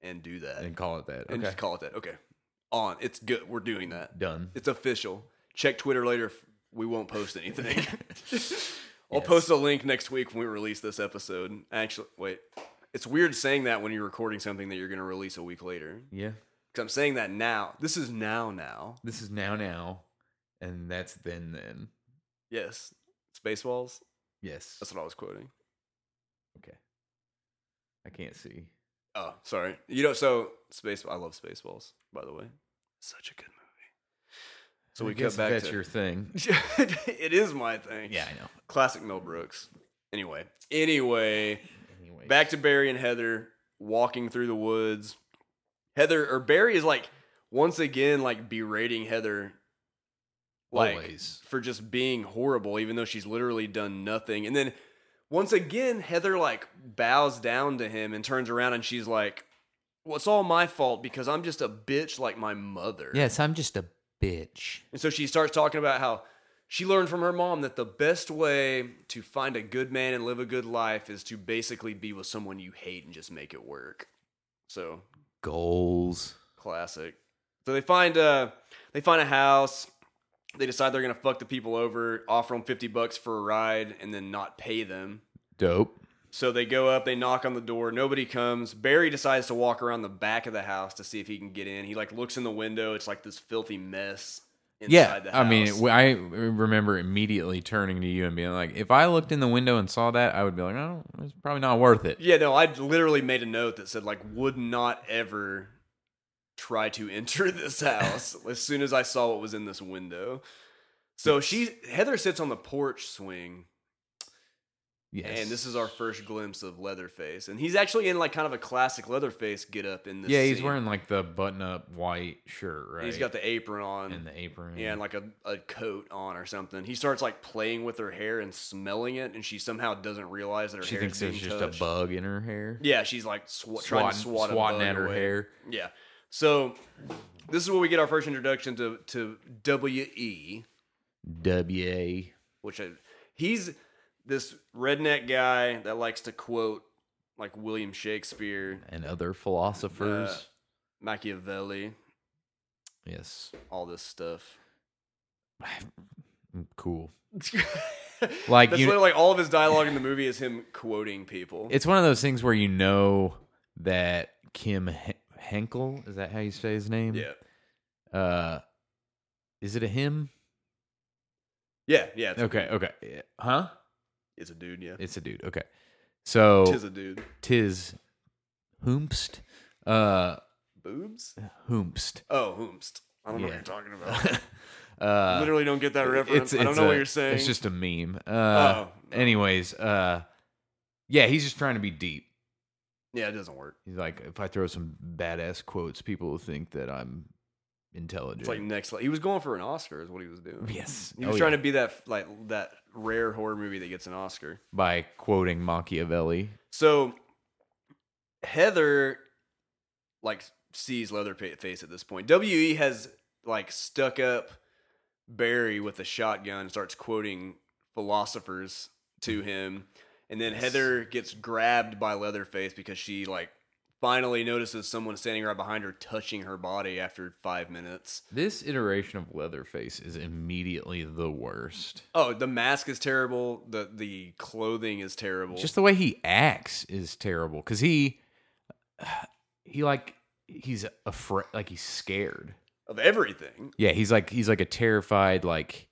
Speaker 1: and do that
Speaker 2: and call it that.
Speaker 1: and
Speaker 2: okay.
Speaker 1: just call it that. Okay, on. It's good. We're doing that.
Speaker 2: Done.
Speaker 1: It's official. Check Twitter later. F- We won't post anything. I'll
Speaker 2: Yes.
Speaker 1: post a link next week when we release this episode. Actually, wait. It's weird saying that when you're recording something that you're going to release a week later.
Speaker 2: Yeah.
Speaker 1: Because I'm saying that now. This is now, now.
Speaker 2: This is now now, and that's then then.
Speaker 1: Yes. Spaceballs.
Speaker 2: Yes.
Speaker 1: That's what I was quoting.
Speaker 2: Okay. I can't see.
Speaker 1: Oh, sorry. You know, so Space. I love Spaceballs, by the way. Such a good movie. So
Speaker 2: I
Speaker 1: we
Speaker 2: guess
Speaker 1: cut back
Speaker 2: That's
Speaker 1: to
Speaker 2: your thing.
Speaker 1: it is my thing.
Speaker 2: Yeah, I know.
Speaker 1: Classic Mel Brooks. Anyway. Anyway.
Speaker 2: Anyway,
Speaker 1: Back to Barry and Heather walking through the woods. Heather or Barry is like once again like berating Heather like
Speaker 2: Always.
Speaker 1: for just being horrible even though she's literally done nothing. And then once again Heather like bows down to him and turns around and she's like well, it's all my fault because I'm just a bitch like my mother.
Speaker 2: Yes, I'm just a bitch.
Speaker 1: And so she starts talking about how she learned from her mom that the best way to find a good man and live a good life is to basically be with someone you hate and just make it work. So
Speaker 2: Goals.
Speaker 1: classic. So they find uh they find a house. They decide they're gonna fuck the people over, offer them fifty bucks for a ride, and then not pay them.
Speaker 2: Dope.
Speaker 1: So they go up, they knock on the door, nobody comes. Barry decides to walk around the back of the house to see if he can get in. He like looks in the window, it's like this filthy mess inside
Speaker 2: yeah,
Speaker 1: the house.
Speaker 2: I mean, w- I remember immediately turning to you and being like, "If I looked in the window and saw that, I would be like, oh, it's probably not worth it."
Speaker 1: Yeah, no, I literally made a note that said like would not ever try to enter this house as soon as I saw what was in this window. So she Heather sits on the porch swing
Speaker 2: Yes.
Speaker 1: and this is our first glimpse of Leatherface and he's actually in like kind of a classic Leatherface get up in this
Speaker 2: yeah, he's
Speaker 1: scene.
Speaker 2: wearing like the button-up white shirt, right?
Speaker 1: And he's got the apron on
Speaker 2: and the apron.
Speaker 1: yeah, and like a, a coat on or something. He starts like playing with her hair and smelling it and she somehow doesn't realize that her
Speaker 2: she
Speaker 1: hair
Speaker 2: thinks
Speaker 1: is being
Speaker 2: there's just
Speaker 1: touched.
Speaker 2: a bug in her hair.
Speaker 1: Yeah, she's like sw- trying to swat a
Speaker 2: swatting
Speaker 1: bug
Speaker 2: at her
Speaker 1: away.
Speaker 2: hair.
Speaker 1: Yeah. So this is where we get our first introduction to to E, W.E.,
Speaker 2: W.A.
Speaker 1: which I, he's this redneck guy that likes to quote like William Shakespeare, uh,
Speaker 2: and other philosophers.
Speaker 1: Machiavelli,
Speaker 2: yes,
Speaker 1: all this stuff.
Speaker 2: cool.
Speaker 1: like
Speaker 2: Like,
Speaker 1: that's
Speaker 2: you-
Speaker 1: literally like all of his dialogue in the movie is him quoting people.
Speaker 2: It's one of those things where you know that Kim H- Henkel is that how you say his name?
Speaker 1: yeah,
Speaker 2: Uh, is it a him?
Speaker 1: yeah, yeah. It's,
Speaker 2: Okay. Okay. Yeah. Huh?
Speaker 1: it's a dude. Yeah,
Speaker 2: It's a dude. Okay. So
Speaker 1: tis a dude.
Speaker 2: tis whomst uh
Speaker 1: Boobs.
Speaker 2: whomst
Speaker 1: Oh, whomst. I don't know
Speaker 2: Yeah.
Speaker 1: what you're talking about.
Speaker 2: uh
Speaker 1: literally don't get that reference.
Speaker 2: it's-
Speaker 1: I don't
Speaker 2: it's
Speaker 1: know
Speaker 2: a-
Speaker 1: what you're saying.
Speaker 2: it's just a meme uh
Speaker 1: Oh, no.
Speaker 2: anyways uh yeah he's just trying to be deep
Speaker 1: yeah, it doesn't work.
Speaker 2: he's like if i throw some badass quotes people will think that i'm intelligent
Speaker 1: It's like next. le- He was going for an Oscar, is what he was doing.
Speaker 2: yes
Speaker 1: He was
Speaker 2: Oh,
Speaker 1: trying
Speaker 2: yeah.
Speaker 1: to be that like that rare horror movie that gets an Oscar.
Speaker 2: by quoting machiavelli
Speaker 1: So Heather like sees Leatherface at this point. WE has like stuck up Barry with a shotgun and starts quoting philosophers to
Speaker 2: Mm-hmm.
Speaker 1: him. And then Heather gets grabbed by Leatherface because she like finally notices someone standing right behind her touching her body after 5 minutes.
Speaker 2: this iteration of leatherface is immediately the worst
Speaker 1: Oh, the mask is terrible. The the clothing is terrible.
Speaker 2: Just the way he acts is terrible because he, he like he's afraid, like he's scared.
Speaker 1: of everything.
Speaker 2: Yeah, he's like he's like a terrified like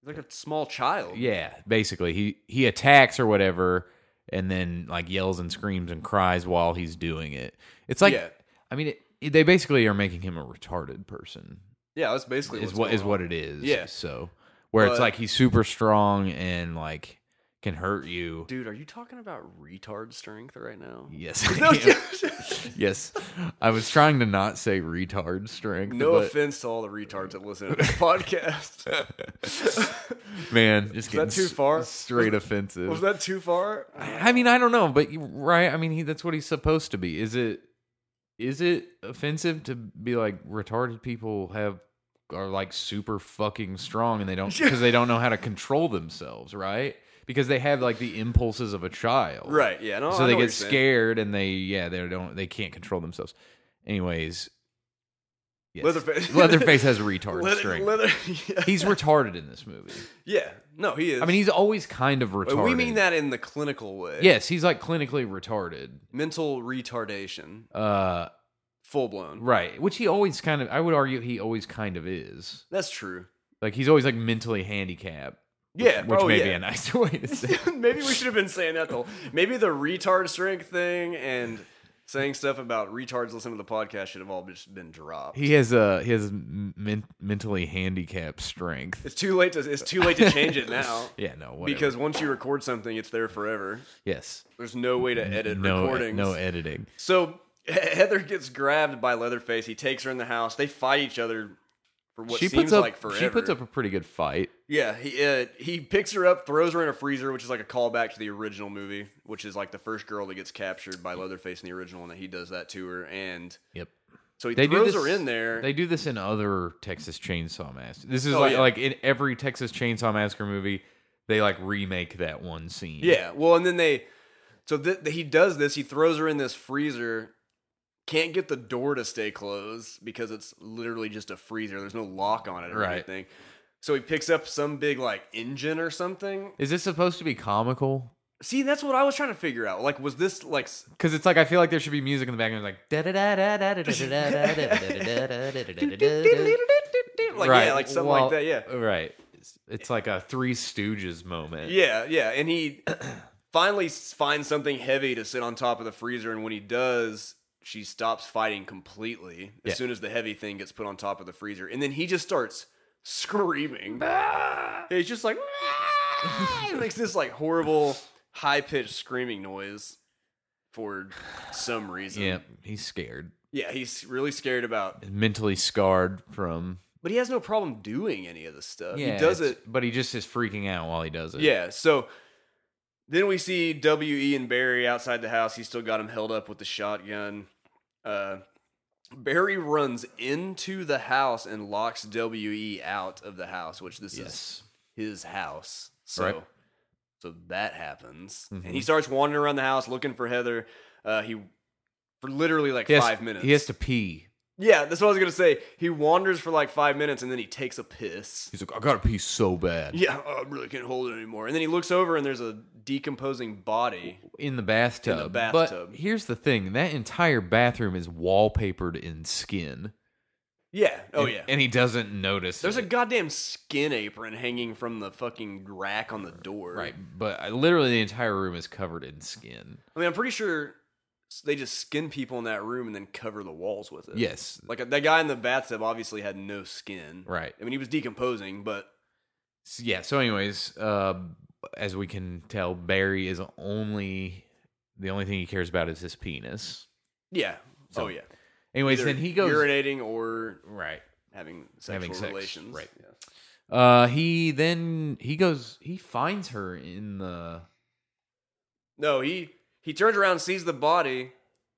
Speaker 1: He's like a small child.
Speaker 2: yeah. Basically, he he attacks or whatever, and then like yells and screams and cries while he's doing it. It's like
Speaker 1: Yeah.
Speaker 2: I mean, it, it- they basically are making him a retarded person.
Speaker 1: Yeah, that's basically
Speaker 2: Is
Speaker 1: what's
Speaker 2: what
Speaker 1: going
Speaker 2: is
Speaker 1: on.
Speaker 2: what it is.
Speaker 1: Yeah.
Speaker 2: So where it's
Speaker 1: But-
Speaker 2: like he's super strong and like can hurt you.
Speaker 1: Dude, are you talking about retard strength right now?
Speaker 2: Yes.
Speaker 1: No,
Speaker 2: Yes. I was trying to not say retard strength.
Speaker 1: no
Speaker 2: but
Speaker 1: offense to all the retards that listen to this podcast.
Speaker 2: Man, just
Speaker 1: that
Speaker 2: getting
Speaker 1: too
Speaker 2: s-
Speaker 1: far?
Speaker 2: Straight offensive.
Speaker 1: Was that too far?
Speaker 2: I mean, I don't know, but you, right? I mean, he, that's what he's supposed to be. Is it? Is it offensive to be like retarded people have are like super fucking strong and they don't because they don't know how to control themselves, right? Because they have like the impulses of a child,
Speaker 1: Right, yeah. No, I
Speaker 2: so
Speaker 1: know
Speaker 2: they
Speaker 1: what you're
Speaker 2: get
Speaker 1: saying.
Speaker 2: scared and they yeah they don't they can't control themselves. Anyways, yes.
Speaker 1: Leatherface.
Speaker 2: Leatherface has retard
Speaker 1: Leather-
Speaker 2: strength.
Speaker 1: leather- yeah.
Speaker 2: he's retarded in this movie.
Speaker 1: yeah. No, he is.
Speaker 2: I mean, he's always kind of retarded.
Speaker 1: But we mean that in the clinical way.
Speaker 2: Yes, he's like clinically retarded.
Speaker 1: Mental retardation,
Speaker 2: Uh,
Speaker 1: full blown.
Speaker 2: right. Which he always kind of. I would argue he always kind of is.
Speaker 1: That's true.
Speaker 2: Like he's always like mentally handicapped.
Speaker 1: Yeah,
Speaker 2: Which
Speaker 1: oh,
Speaker 2: may
Speaker 1: yeah.
Speaker 2: be a nice way to say. it.
Speaker 1: maybe we should have been saying that though. Maybe the retard strength thing and saying stuff about retards listening to the podcast should have all just been dropped.
Speaker 2: He has a he has men- mentally handicapped strength.
Speaker 1: It's too late to it's too late to change it now.
Speaker 2: Yeah, no, whatever.
Speaker 1: Because once you record something, it's there forever.
Speaker 2: yes,
Speaker 1: There's no way to edit
Speaker 2: no, eh, e,
Speaker 1: recordings.
Speaker 2: no editing.
Speaker 1: so He- Heather gets grabbed by Leatherface. He takes her in the house. They fight each other for what
Speaker 2: she
Speaker 1: seems
Speaker 2: puts up
Speaker 1: like forever.
Speaker 2: she puts up a pretty good fight.
Speaker 1: Yeah, he uh, he picks her up, throws her in a freezer, which is like a callback to the original movie, which is like the first girl that gets captured by Leatherface in the original, and that he does that to her. And
Speaker 2: Yep.
Speaker 1: so he
Speaker 2: They do
Speaker 1: throws
Speaker 2: this-
Speaker 1: her in there.
Speaker 2: They do this in other Texas Chainsaw Massacre. This is
Speaker 1: Oh,
Speaker 2: like
Speaker 1: yeah.
Speaker 2: like in every Texas Chainsaw Massacre movie, they like remake that one scene.
Speaker 1: Yeah. Well, and then they, so th- th- he does this. He throws her in this freezer. Can't get the door to stay closed because it's literally just a freezer. There's no lock on it or
Speaker 2: Right.
Speaker 1: anything. So he picks up some big like engine or something.
Speaker 2: Is this supposed to be comical?
Speaker 1: See, that's what I was trying to figure out. Like, was this like? s-
Speaker 2: Because it's like I feel like there should be music in the background, like da da da da da da da
Speaker 1: Like yeah, like something like that. Yeah.
Speaker 2: Right. It's- It's like a Three Stooges moment.
Speaker 1: Yeah, yeah, and he finally s- finds something heavy to sit on top of the freezer, and when he does, she stops fighting completely as
Speaker 2: Yeah.
Speaker 1: soon as the heavy thing gets put on top of the freezer, and then he just starts screaming. He's just like "Ah!" He makes this like horrible high pitched screaming noise for some reason.
Speaker 2: Yeah. He's scared,
Speaker 1: yeah, he's really scared about,
Speaker 2: mentally scarred from.
Speaker 1: but he has no problem doing any of this stuff.
Speaker 2: Yeah,
Speaker 1: he does
Speaker 2: it's-
Speaker 1: it
Speaker 2: but he just is freaking out while he does it.
Speaker 1: Yeah. So then we see W.E. and Barry outside the house. He's still got him held up with the shotgun. Uh, Barry runs into the house and locks E W.E. out of the house, which this is
Speaker 2: Yes.
Speaker 1: his house. So
Speaker 2: Right.
Speaker 1: So that happens,
Speaker 2: Mhm.
Speaker 1: and he starts wandering around the house looking for Heather. Uh, he for literally like
Speaker 2: He has-
Speaker 1: five minutes.
Speaker 2: He has to pee.
Speaker 1: yeah, that's what I was gonna say. He wanders for like five minutes, and then he takes a piss.
Speaker 2: He's like, I gotta pee so bad.
Speaker 1: Yeah, oh, I really can't hold it anymore. And then he looks over, and there's a decomposing body.
Speaker 2: In the bathtub.
Speaker 1: bathtub.
Speaker 2: But here's the thing: that entire bathroom is wallpapered in skin.
Speaker 1: Yeah. Oh
Speaker 2: And-
Speaker 1: yeah.
Speaker 2: And he doesn't notice.
Speaker 1: There's a
Speaker 2: it.
Speaker 1: goddamn skin apron hanging from the fucking rack on the door.
Speaker 2: right, but I- literally the entire room is covered in skin.
Speaker 1: I mean, I'm pretty sure they just skin people in that room and then cover the walls with it.
Speaker 2: Yes.
Speaker 1: Like uh, that guy in the bathtub obviously had no skin.
Speaker 2: Right.
Speaker 1: I mean, he was decomposing, but
Speaker 2: S- yeah. So, anyways, uh, as we can tell, Barry is only the only thing he cares about is his penis.
Speaker 1: yeah.
Speaker 2: So,
Speaker 1: oh yeah.
Speaker 2: Anyways,
Speaker 1: Either
Speaker 2: then he goes
Speaker 1: urinating or
Speaker 2: right.
Speaker 1: having sexual
Speaker 2: Having sex,
Speaker 1: relations.
Speaker 2: right.
Speaker 1: Yeah.
Speaker 2: Uh, he then he goes. He finds her in the
Speaker 1: No, he he turns around, sees the body.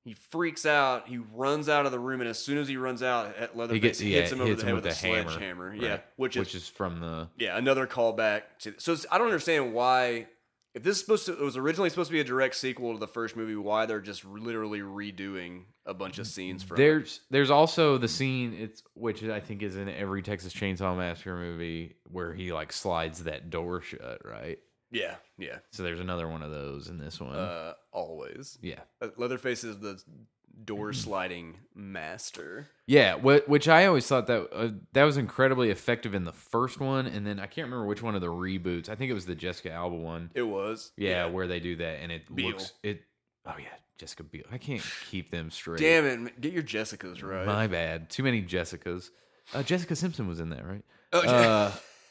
Speaker 1: He freaks out. He runs out of the room, and as soon as he runs out, at Leatherface
Speaker 2: He gets- yeah,
Speaker 1: hits him over the
Speaker 2: hits him
Speaker 1: head
Speaker 2: with
Speaker 1: with, a
Speaker 2: the hammer,
Speaker 1: sledgehammer.
Speaker 2: right.
Speaker 1: Yeah, which is
Speaker 2: which is from the
Speaker 1: Yeah, another callback to. So it's- I don't understand why. If this is supposed to, it was originally supposed to be a direct sequel to the first movie. Why they're just literally redoing a bunch of scenes from? it.
Speaker 2: There's there's also the scene it's which I think is in every Texas Chainsaw Massacre movie where he like slides that door shut, right?
Speaker 1: yeah, yeah,
Speaker 2: So there's another one of those in this one.
Speaker 1: uh, always.
Speaker 2: yeah,
Speaker 1: Uh, Leatherface is the door sliding master.
Speaker 2: yeah. Wh- which I always thought that uh, that was incredibly effective in the first one, and then I can't remember which one of the reboots. I think it was the Jessica Alba one.
Speaker 1: It was.
Speaker 2: Yeah, where they do that, and it
Speaker 1: Biel.
Speaker 2: looks it. Oh yeah, Jessica Biel. I can't keep them straight.
Speaker 1: Damn it! ma- Get your Jessicas right.
Speaker 2: My bad. Too many Jessicas. Uh, Jessica Simpson was in that, right?
Speaker 1: oh,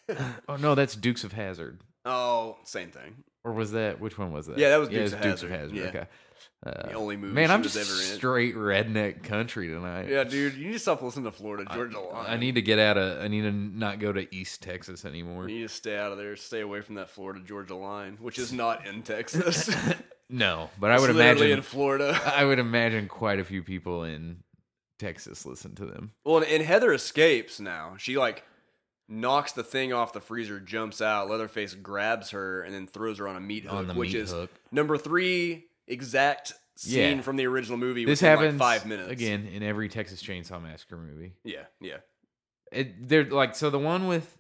Speaker 1: yeah.
Speaker 2: Uh, oh no, that's Dukes of Hazard.
Speaker 1: Oh, same thing.
Speaker 2: Or was that which one was that?
Speaker 1: Yeah, that was
Speaker 2: it
Speaker 1: Dukes of Hazzard. Yeah.
Speaker 2: Okay.
Speaker 1: The only movie
Speaker 2: Uh, Man,
Speaker 1: she
Speaker 2: I'm
Speaker 1: was
Speaker 2: just
Speaker 1: ever in.
Speaker 2: straight redneck country tonight.
Speaker 1: yeah, dude, you need to stop listening to Florida Georgia Line.
Speaker 2: I need to get out of. I need to not go to East Texas anymore.
Speaker 1: You need to stay out of there. Stay away from that Florida Georgia line, which is not in Texas.
Speaker 2: No, but I
Speaker 1: It's
Speaker 2: would
Speaker 1: literally
Speaker 2: imagine.
Speaker 1: in Florida.
Speaker 2: I would imagine quite a few people in Texas listen to them.
Speaker 1: Well, and, and Heather escapes now. She like knocks the thing off the freezer, jumps out. Leatherface grabs her and then throws her on a meat hook,
Speaker 2: On the
Speaker 1: which
Speaker 2: meat
Speaker 1: is
Speaker 2: hook.
Speaker 1: number three exact scene
Speaker 2: Yeah.
Speaker 1: from the original movie.
Speaker 2: This
Speaker 1: within, like,
Speaker 2: happens
Speaker 1: five minutes
Speaker 2: again in every Texas Chainsaw Massacre movie.
Speaker 1: Yeah, yeah.
Speaker 2: It, they're like so the one with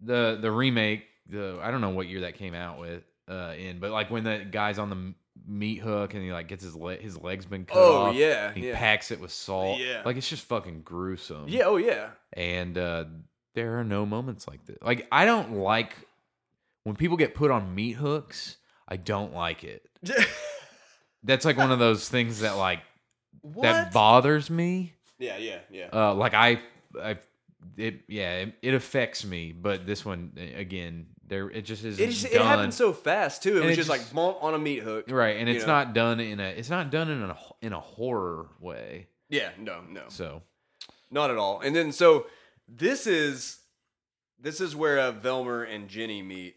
Speaker 2: the the remake. The I don't know what year that came out with uh in, but like when the guy's on the m- meat hook and he like gets his le- his legs been cut
Speaker 1: oh
Speaker 2: off.
Speaker 1: yeah,
Speaker 2: and He
Speaker 1: yeah.
Speaker 2: packs it with salt.
Speaker 1: Yeah.
Speaker 2: Like it's just fucking gruesome.
Speaker 1: yeah, oh yeah.
Speaker 2: And uh there are no moments like this. Like I don't like when people get put on meat hooks. I don't like it. That's like one of those things that like
Speaker 1: what?
Speaker 2: that bothers me
Speaker 1: yeah, yeah, yeah.
Speaker 2: uh like i i it yeah it, it affects me but this one a- again there it just isn't
Speaker 1: it just, it
Speaker 2: done
Speaker 1: happened so fast too. It
Speaker 2: And
Speaker 1: was
Speaker 2: it
Speaker 1: just,
Speaker 2: just-
Speaker 1: like bonk, on a meat hook.
Speaker 2: right and
Speaker 1: you
Speaker 2: it's
Speaker 1: know.
Speaker 2: not done in a it's not done in a in a horror way
Speaker 1: Yeah, no, no.
Speaker 2: so
Speaker 1: Not at all. And then so this is this is where uh, Velmer and Jenny meet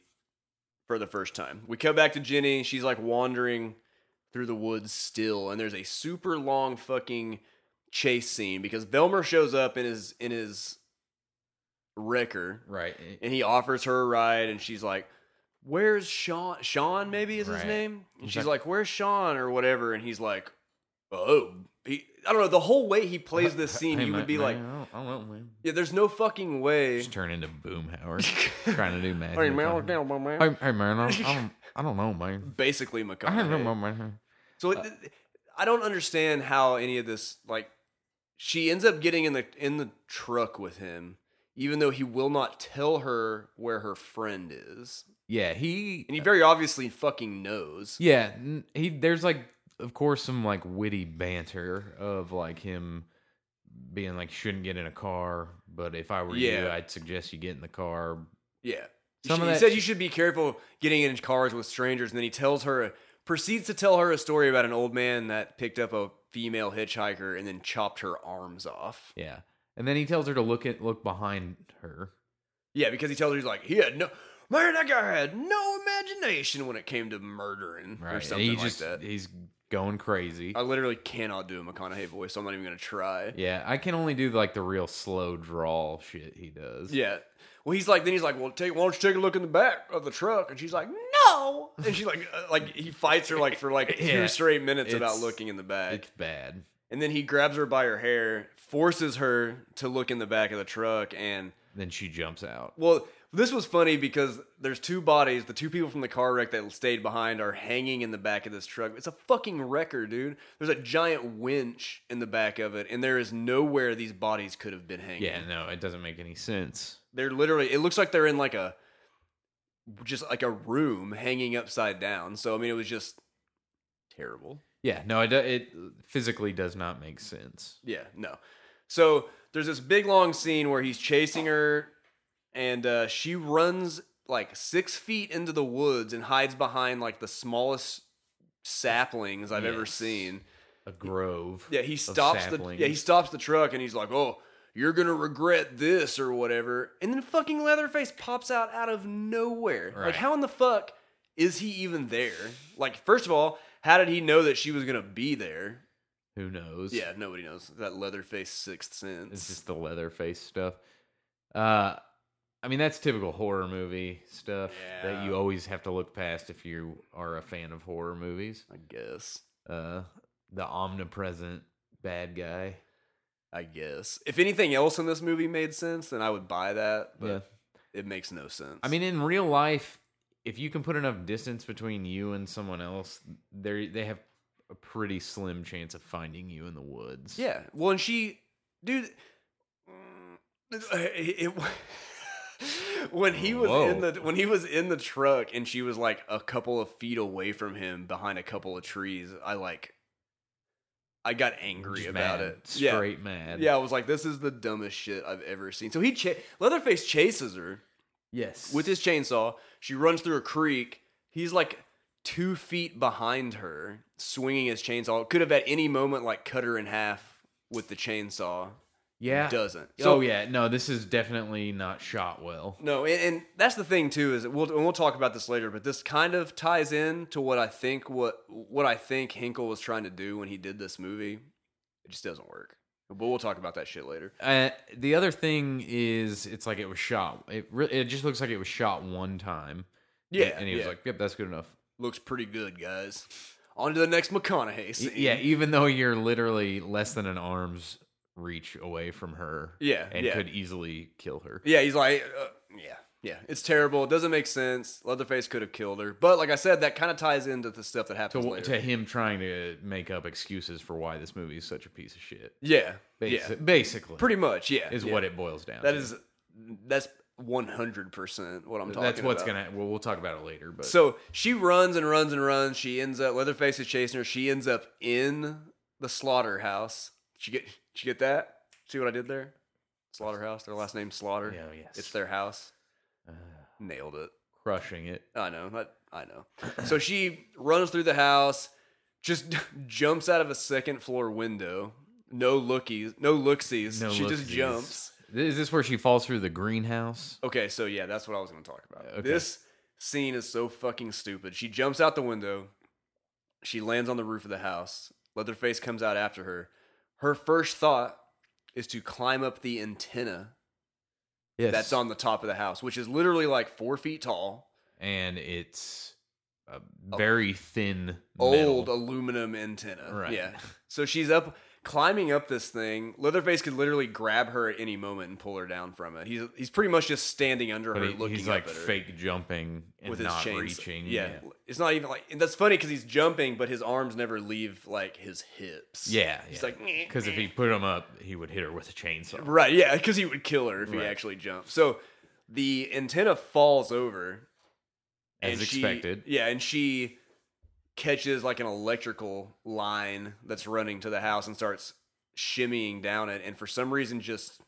Speaker 1: for the first time. We come back to Jenny. She's like wandering through the woods still, and there's a super long fucking chase scene because Velmer shows up in his in his wrecker,
Speaker 2: right
Speaker 1: and he offers her a ride, and she's like. Where's Sean? Sean maybe is his
Speaker 2: Right.
Speaker 1: name. And
Speaker 2: He's
Speaker 1: she's
Speaker 2: like-
Speaker 1: like, "Where's Sean?" or whatever. And he's like, "Oh, he." I don't know. The whole way he plays this scene,
Speaker 2: Hey, oh,
Speaker 1: you
Speaker 2: man-
Speaker 1: would be
Speaker 2: man,
Speaker 1: like,
Speaker 2: I don't, I don't know, man.
Speaker 1: yeah, there's no fucking way.
Speaker 2: just turn into boomhauer trying to do magic
Speaker 1: Hey, man, oh,
Speaker 2: hey,
Speaker 1: down, my man.
Speaker 2: hey, man I don't, I don't know man
Speaker 1: Basically,
Speaker 2: I don't know,
Speaker 1: McConaughey.
Speaker 2: man.
Speaker 1: So
Speaker 2: uh,
Speaker 1: it, I don't understand how any of this. Like, she ends up getting in the in the truck with him, even though he will not tell her where her friend is,
Speaker 2: Yeah, he.
Speaker 1: and he very obviously fucking knows.
Speaker 2: Yeah, n- he there's like of course some like witty banter of like him being like shouldn't get in a car, but if I were you,
Speaker 1: Yeah.
Speaker 2: I'd suggest you get in the car.
Speaker 1: Yeah. He
Speaker 2: Some
Speaker 1: sh-
Speaker 2: of
Speaker 1: he
Speaker 2: that-
Speaker 1: said you should be careful getting in cars with strangers, and then he tells her, proceeds to tell her a story about an old man that picked up a female hitchhiker and then chopped her arms off.
Speaker 2: Yeah. And then he tells her to look at look behind her.
Speaker 1: Yeah, because he tells her he's like he had no man. That guy had no imagination when it came to murdering
Speaker 2: Right.
Speaker 1: or
Speaker 2: and
Speaker 1: something
Speaker 2: he
Speaker 1: like
Speaker 2: just
Speaker 1: that.
Speaker 2: he's going crazy.
Speaker 1: I literally cannot do a McConaughey voice, so I'm not even gonna try. Yeah.
Speaker 2: yeah, I can only do like the real slow drawl shit he does.
Speaker 1: Well, he's like, then he's like, well, take, why don't you take a look in the back of the truck? And she's like, no, no. And she like uh, like he fights her like for like
Speaker 2: Yeah.
Speaker 1: two straight minutes about
Speaker 2: It's-
Speaker 1: looking in the back,
Speaker 2: It's bad.
Speaker 1: and then he grabs her by her hair, forces her to look in the back of the truck, and
Speaker 2: Then she jumps out.
Speaker 1: well. This was funny because there's two bodies. The two people from the car wreck that stayed behind are hanging in the back of this truck. It's a fucking wrecker, dude. There's a giant winch in the back of it, and there is nowhere these bodies could have been hanging.
Speaker 2: Yeah, no, it doesn't make any sense.
Speaker 1: They're literally. It looks like they're in like a just like a room hanging upside down. So I mean, it was just terrible.
Speaker 2: Yeah, no, it do- it physically does not make sense.
Speaker 1: Yeah, no. So there's this big long scene where he's chasing her, and uh, she runs like six feet into the woods and hides behind like the smallest saplings I've ever
Speaker 2: Yes.
Speaker 1: seen.
Speaker 2: A grove.
Speaker 1: Yeah, he
Speaker 2: of
Speaker 1: stops the
Speaker 2: saplings.
Speaker 1: yeah he stops the truck and he's like, "Oh, you're gonna regret this or whatever." And then fucking Leatherface pops out out of nowhere. Like,
Speaker 2: Right.
Speaker 1: how in the fuck is he even there? Like, first of all, how did he know that she was gonna be there?
Speaker 2: Who knows?
Speaker 1: Yeah, nobody knows that Leatherface sixth
Speaker 2: It's
Speaker 1: sense.
Speaker 2: just the leather face stuff. Uh, I mean, that's typical horror movie stuff that you
Speaker 1: Yeah.
Speaker 2: always have to look past if you are a fan of horror movies.
Speaker 1: I guess.
Speaker 2: Uh, the omnipresent bad guy.
Speaker 1: I guess. If anything else in this movie made sense, then I would buy that. But
Speaker 2: Yeah.
Speaker 1: it makes no sense.
Speaker 2: I mean, in real life, if you can put enough distance between you and someone else, they they have a pretty slim chance of finding you in the woods.
Speaker 1: Yeah. Well, and she, dude, it, it, when he was
Speaker 2: Whoa.
Speaker 1: in the when he was in the truck and she was like a couple of feet away from him behind a couple of trees, I like, I got angry
Speaker 2: Just
Speaker 1: about
Speaker 2: mad,
Speaker 1: it. Yeah.
Speaker 2: Straight mad.
Speaker 1: Yeah, I was like, this is the dumbest shit I've ever seen. So he, cha- Leatherface chases her
Speaker 2: Yes.
Speaker 1: with his chainsaw. She runs through a creek. He's like two feet behind her, swinging his chainsaw. Could have at any moment like cut her in half with the chainsaw.
Speaker 2: yeah.
Speaker 1: Doesn't.
Speaker 2: oh yeah. No, this is definitely not shot well.
Speaker 1: No, and, and that's the thing too is that we'll and we'll talk about this later, but this kind of ties in to what I think what what I think Hinkle was trying to do when he did this movie. It just doesn't work. But we'll talk about that shit later.
Speaker 2: Uh, the other thing is, it's like it was shot. It re- it just looks like it was shot one time.
Speaker 1: Yeah,
Speaker 2: and he was
Speaker 1: yeah.
Speaker 2: like, "Yep, that's good enough."
Speaker 1: Looks pretty good, guys. On to the next McConaughey
Speaker 2: Y-
Speaker 1: scene.
Speaker 2: E, Yeah, even though you're literally less than an arm's reach away from her.
Speaker 1: Yeah,
Speaker 2: and
Speaker 1: yeah.
Speaker 2: could easily kill her.
Speaker 1: Yeah, he's like, uh, yeah, yeah. It's terrible. It doesn't make sense. Leatherface could have killed her, but like I said, that kind of ties into the stuff that happens
Speaker 2: to,
Speaker 1: later.
Speaker 2: to him trying to make up excuses for why this movie is such a piece of shit.
Speaker 1: yeah,
Speaker 2: Basi-
Speaker 1: yeah,
Speaker 2: Basically,
Speaker 1: pretty much. Yeah,
Speaker 2: is
Speaker 1: yeah.
Speaker 2: what it boils down.
Speaker 1: That
Speaker 2: to.
Speaker 1: is that's one hundred percent what I'm talking.
Speaker 2: That's what's
Speaker 1: about.
Speaker 2: gonna. Well, we'll talk about it later. But
Speaker 1: So she runs and runs and runs. She ends up. Leatherface is chasing her. She ends up in the slaughterhouse. Did you get? Did you get that? See what I did there? Slaughterhouse. Their last name's Slaughter.
Speaker 2: Yeah, yes.
Speaker 1: It's their house.
Speaker 2: Uh,
Speaker 1: Nailed it.
Speaker 2: crushing it.
Speaker 1: I know, but I know. So she runs through the house, just jumps out of a second floor window. No lookies, no looksies.
Speaker 2: No
Speaker 1: she just
Speaker 2: looksies.
Speaker 1: jumps.
Speaker 2: Is this where she falls through the greenhouse?
Speaker 1: Okay, so yeah, that's what I was going to talk about.
Speaker 2: Okay.
Speaker 1: This scene is so fucking stupid. She jumps out the window. She lands on the roof of the house. Leatherface comes out after her. Her first thought is to climb up the antenna
Speaker 2: Yes.
Speaker 1: that's on the top of the house, which is literally like four feet tall.
Speaker 2: And it's a very thin
Speaker 1: Oh. old
Speaker 2: metal.
Speaker 1: aluminum antenna.
Speaker 2: Right.
Speaker 1: Yeah. So she's up climbing up this thing. Leatherface could literally grab her at any moment and pull her down from it. He's he's pretty much just standing under
Speaker 2: But
Speaker 1: her
Speaker 2: he-
Speaker 1: looking
Speaker 2: he's like
Speaker 1: up at her
Speaker 2: fake jumping and
Speaker 1: with his
Speaker 2: not
Speaker 1: chains.
Speaker 2: reaching.
Speaker 1: Yeah. It's not even like and that's funny cuz he's jumping but his arms never leave like his hips.
Speaker 2: Yeah.
Speaker 1: He's like "Nyeh."
Speaker 2: because if he put him up, he would hit her with a chainsaw.
Speaker 1: Right, yeah, because he would kill her if he
Speaker 2: Right.
Speaker 1: actually jumped. So the antenna falls over.
Speaker 2: As
Speaker 1: she-
Speaker 2: expected.
Speaker 1: yeah, and she catches like an electrical line that's running to the house and starts shimmying down it. And for some reason, just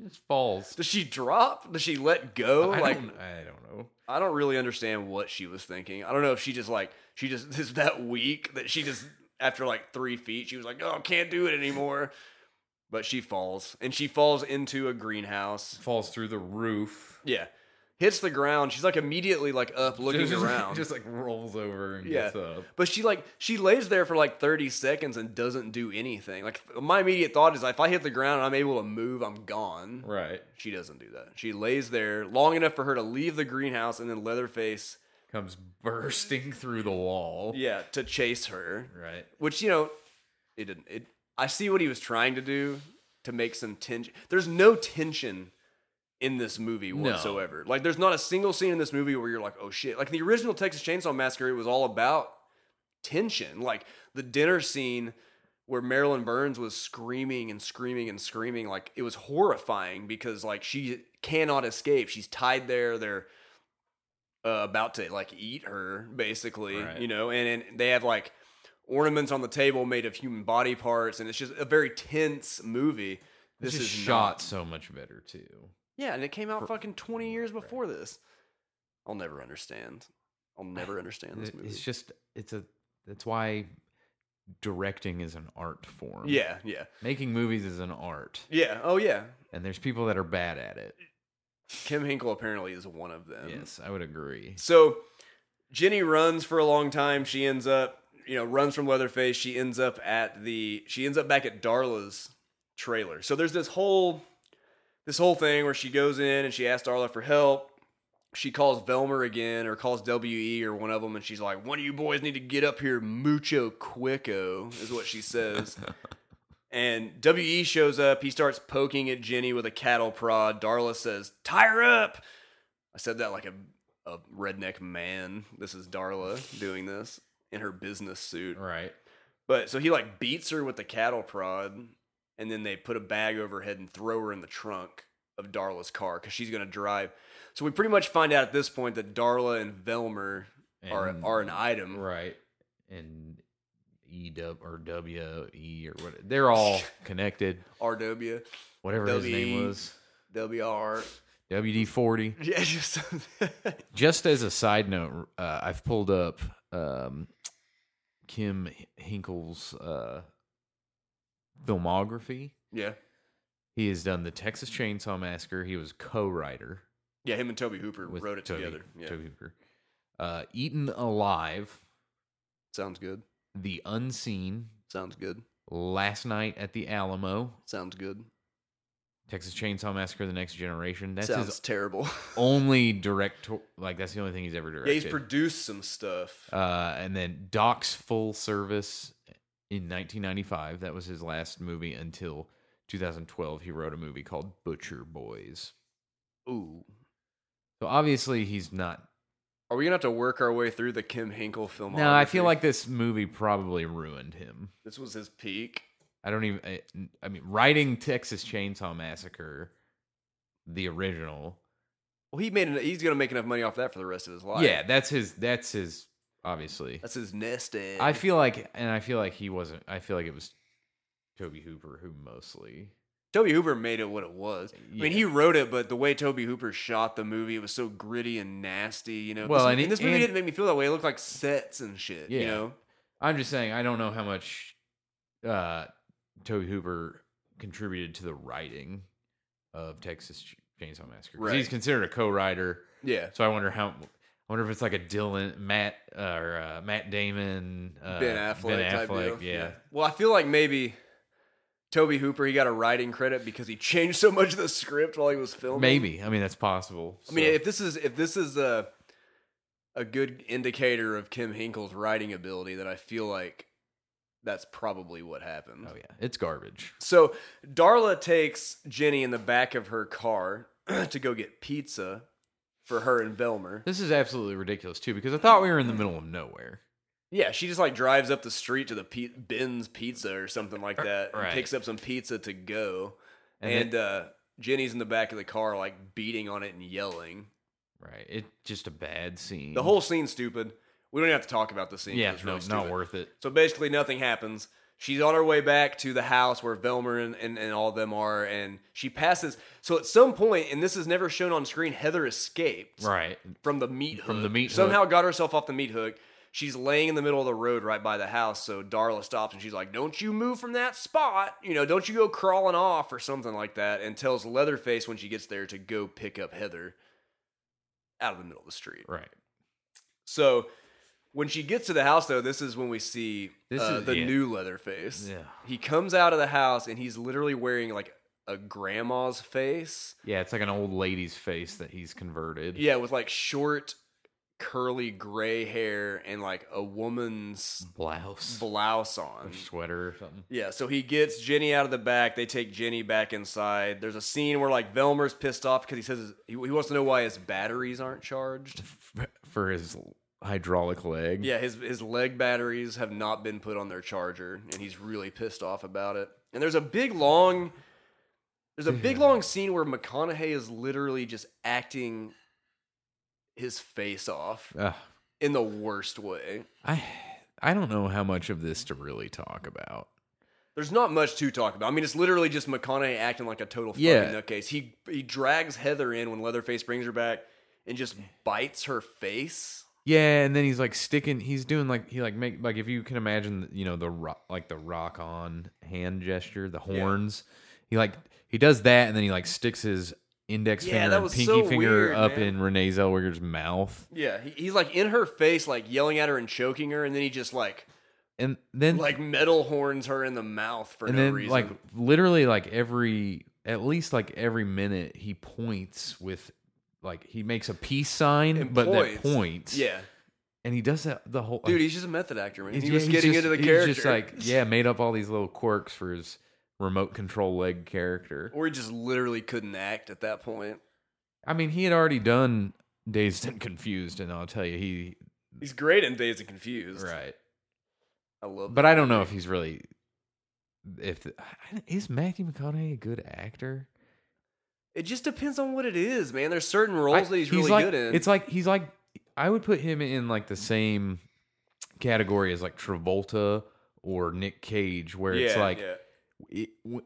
Speaker 2: Just falls.
Speaker 1: does she drop? Does she let go?
Speaker 2: I
Speaker 1: like
Speaker 2: don't, I don't know.
Speaker 1: I don't really understand what she was thinking. I don't know if she just like she just is that weak that she just after like three feet she was like oh can't do it anymore. But she falls and she falls into a greenhouse.
Speaker 2: Falls through the roof.
Speaker 1: Yeah. Hits the ground. She's like immediately like up looking
Speaker 2: just,
Speaker 1: around.
Speaker 2: just like rolls over and
Speaker 1: yeah.
Speaker 2: gets up.
Speaker 1: But she like she lays there for like 30 seconds and doesn't do anything. Like my immediate thought is if I hit the ground and I'm able to move, I'm gone.
Speaker 2: Right.
Speaker 1: She doesn't do that. She lays there long enough for her to leave the greenhouse and then Leatherface
Speaker 2: comes bursting through the wall.
Speaker 1: yeah, to chase her.
Speaker 2: Right.
Speaker 1: Which you know, it didn't. It. I see what he was trying to do to make some tension. There's no tension in this movie
Speaker 2: No.
Speaker 1: whatsoever. Like, there's not a single scene in this movie where you're like, "Oh shit!" Like the original Texas Chainsaw Massacre was all about tension. Like the dinner scene where Marilyn Burns was screaming and screaming and screaming. Like it was horrifying because like she cannot escape. She's tied there. They're uh, about to like eat her basically,
Speaker 2: Right.
Speaker 1: you know, and, and they have like ornaments on the table made of human body parts. And it's just a very tense movie.
Speaker 2: This
Speaker 1: This
Speaker 2: is
Speaker 1: is
Speaker 2: shot
Speaker 1: not-
Speaker 2: so much better too.
Speaker 1: Yeah. And it came out
Speaker 2: For-
Speaker 1: fucking 20 years
Speaker 2: Right.
Speaker 1: before this. I'll never understand. I'll never understand this
Speaker 2: It-
Speaker 1: movie.
Speaker 2: It's just it's a that's why directing is an art form.
Speaker 1: yeah. Yeah.
Speaker 2: Making movies is an art.
Speaker 1: Yeah. Oh yeah.
Speaker 2: And there's people that are bad at it.
Speaker 1: Kim Hinkle apparently is one of them.
Speaker 2: yes, I would agree.
Speaker 1: So Jenny runs for a long time. She ends up, you know, runs from Leatherface. She ends up at the she ends up back at Darla's trailer. So there's this whole this whole thing where she goes in and she asks Darla for help. She calls Velmer again or calls WE or one of them and she's like, "One of you boys need to get up here mucho quico," is what she says. And WE shows up. He starts poking at Jenny with a cattle prod. Darla says, "Tie her up." I said that like a a redneck man. This is Darla doing this in her business suit.
Speaker 2: Right.
Speaker 1: But so he like beats her with the cattle prod, and then they put a bag over her head and throw her in the trunk of Darla's car because she's gonna drive. So we pretty much find out at this point that Darla and Velmer are
Speaker 2: And-
Speaker 1: are an item.
Speaker 2: Right. And E W or W E or what they're all connected.
Speaker 1: RW,
Speaker 2: Whatever his
Speaker 1: W E.
Speaker 2: name was.
Speaker 1: WR.
Speaker 2: WD forty.
Speaker 1: Yeah, just
Speaker 2: Just as a side note, uh, I've pulled up um, Kim Hinkle's uh, filmography.
Speaker 1: yeah,
Speaker 2: He has done the Texas Chainsaw Massacre. He was co-writer
Speaker 1: yeah. Him and Toby Hooper
Speaker 2: with
Speaker 1: wrote it
Speaker 2: Toby,
Speaker 1: together. Yeah,
Speaker 2: Toby Hooper. Uh, Eaten Alive,
Speaker 1: sounds good.
Speaker 2: The Unseen,
Speaker 1: Sounds good.
Speaker 2: Last Night at the Alamo,
Speaker 1: Sounds good.
Speaker 2: Texas Chainsaw Massacre: The Next Generation. That's
Speaker 1: sounds
Speaker 2: his
Speaker 1: terrible.
Speaker 2: only direct. Like that's the only thing he's ever directed.
Speaker 1: yeah, he's produced some stuff.
Speaker 2: Uh, and then Doc's Full Service in 1995. That was his last movie until 2012. He wrote a movie called Butcher Boys.
Speaker 1: Ooh.
Speaker 2: So obviously he's not.
Speaker 1: Are we gonna have to work our way through the Kim Hinkle film?
Speaker 2: No, I feel like this movie probably ruined him.
Speaker 1: this was his peak.
Speaker 2: I don't even. I, I mean, writing Texas Chainsaw Massacre, the original.
Speaker 1: Well, he made. An, he's gonna make enough money off that for the rest of his life.
Speaker 2: Yeah, that's his. That's his. Obviously,
Speaker 1: that's his nest egg.
Speaker 2: I feel like, and I feel like he wasn't. I feel like it was Toby Hooper who mostly.
Speaker 1: Toby Hooper made it what it was. I
Speaker 2: Yeah.
Speaker 1: mean, he wrote it, but the way Toby Hooper shot the movie, it was so gritty and nasty. You know.
Speaker 2: Well,
Speaker 1: this,
Speaker 2: and it-
Speaker 1: this movie
Speaker 2: and-
Speaker 1: didn't make me feel that way. It looked like sets and shit. You
Speaker 2: Yeah.
Speaker 1: know.
Speaker 2: I'm just saying I don't know how much uh Toby Hooper contributed to the writing of Texas Ch- Chainsaw Massacre. 'Cause He's
Speaker 1: Right.
Speaker 2: considered a co-writer,
Speaker 1: Yeah.
Speaker 2: so I wonder how. I wonder if it's like a Dylan, Matt, uh, or uh, Matt Damon, uh,
Speaker 1: ben Affleck. type
Speaker 2: Affleck,
Speaker 1: deal.
Speaker 2: yeah.
Speaker 1: Well, I feel like maybe. Toby Hooper, he got a writing credit because he changed so much of the script while he was filming.
Speaker 2: maybe. I mean, that's possible.
Speaker 1: I mean,
Speaker 2: so-
Speaker 1: if this is if this is a a good indicator of Kim Hinkle's writing ability, then I feel like that's probably what happened.
Speaker 2: oh yeah, it's garbage.
Speaker 1: So Darla takes Jenny in the back of her car to go get pizza for her and Velmer.
Speaker 2: This is absolutely ridiculous too, because I thought we were in the middle of nowhere.
Speaker 1: Yeah, she just like drives up the street to the pe- Ben's Pizza or something like that, and
Speaker 2: Right.
Speaker 1: picks up some pizza to go,
Speaker 2: And
Speaker 1: and, uh, Jenny's in the back of the car like beating on it and yelling.
Speaker 2: Right, it's just a bad scene.
Speaker 1: The whole scene's stupid. We don't even have to talk about the scene. 'cause
Speaker 2: yeah,
Speaker 1: it's
Speaker 2: no,
Speaker 1: really
Speaker 2: not
Speaker 1: stupid.
Speaker 2: worth it.
Speaker 1: So basically, nothing happens. She's on her way back to the house where Velmer and, and, and all of them are, and she passes. So at some point, and this is never shown on screen, Heather escaped
Speaker 2: Right,
Speaker 1: from the meat hook.
Speaker 2: From the meat hook.
Speaker 1: Somehow got herself off the meat hook. She's laying in the middle of the road right by the house. So Darla stops and she's like, Don't you move from that spot. You know, don't you go crawling off or something like that. And tells Leatherface when she gets there to go pick up Heather out of the middle of the street.
Speaker 2: right.
Speaker 1: So when she gets to the house, though, this is when we see
Speaker 2: This
Speaker 1: uh,
Speaker 2: is-
Speaker 1: the
Speaker 2: yeah.
Speaker 1: new Leatherface.
Speaker 2: Yeah.
Speaker 1: He comes out of the house and he's literally wearing like a grandma's face.
Speaker 2: Yeah, it's like an old lady's face that he's converted.
Speaker 1: Yeah, with like short curly gray hair and like a woman's
Speaker 2: blouse
Speaker 1: blouse
Speaker 2: or
Speaker 1: on.
Speaker 2: sweater or something.
Speaker 1: Yeah, so he gets Jenny out of the back. They take Jenny back inside. There's a scene where like Velmer's pissed off because he says his, he, he wants to know why his batteries aren't charged.
Speaker 2: for his hydraulic leg.
Speaker 1: Yeah, his his leg batteries have not been put on their charger, and he's really pissed off about it. And there's a big long, there's a big long scene where McConaughey is literally just acting his face off
Speaker 2: Ugh.
Speaker 1: in the worst way.
Speaker 2: I I don't know how much of this to really talk about.
Speaker 1: There's not much to talk about. I mean, it's literally just McConaughey acting like a total fucking
Speaker 2: Yeah.
Speaker 1: nutcase. He he drags Heather in when Leatherface brings her back and just bites her face.
Speaker 2: Yeah, and then he's like sticking. He's doing like he like make like if you can imagine, you know the ro- like the rock on hand gesture, the horns. He like he does that, and then he like sticks his index
Speaker 1: Yeah,
Speaker 2: finger
Speaker 1: that
Speaker 2: and
Speaker 1: was
Speaker 2: pinky
Speaker 1: so
Speaker 2: finger
Speaker 1: weird,
Speaker 2: up
Speaker 1: man.
Speaker 2: in Renee Zellweger's mouth,
Speaker 1: Yeah, he, he's like in her face, like yelling at her and choking her, and then he just like
Speaker 2: and then
Speaker 1: like metal horns her in the mouth for
Speaker 2: and
Speaker 1: no
Speaker 2: then
Speaker 1: reason.
Speaker 2: like literally like every at least like every minute he points with like he makes a peace sign,
Speaker 1: And
Speaker 2: but
Speaker 1: points.
Speaker 2: that points.
Speaker 1: yeah,
Speaker 2: and he does that the whole
Speaker 1: dude, he's just a method actor, man.
Speaker 2: He's-
Speaker 1: He
Speaker 2: yeah,
Speaker 1: was
Speaker 2: he's
Speaker 1: getting
Speaker 2: just-
Speaker 1: into the
Speaker 2: he's
Speaker 1: character,
Speaker 2: Just like yeah, made up all these little quirks for his remote control leg character.
Speaker 1: or he just literally couldn't act at that point.
Speaker 2: I mean, he had already done Dazed and Confused, and I'll tell you, he
Speaker 1: He's great in Days and Confused.
Speaker 2: right.
Speaker 1: I love.
Speaker 2: But I don't know if he's really if is Matthew McConaughey a good actor?
Speaker 1: it just depends on what it is, man. There's certain roles
Speaker 2: I-
Speaker 1: that he's, really
Speaker 2: like,
Speaker 1: good in.
Speaker 2: It's like he's like I would put him in like the same category as like Travolta or Nick Cage, where it's like it, w-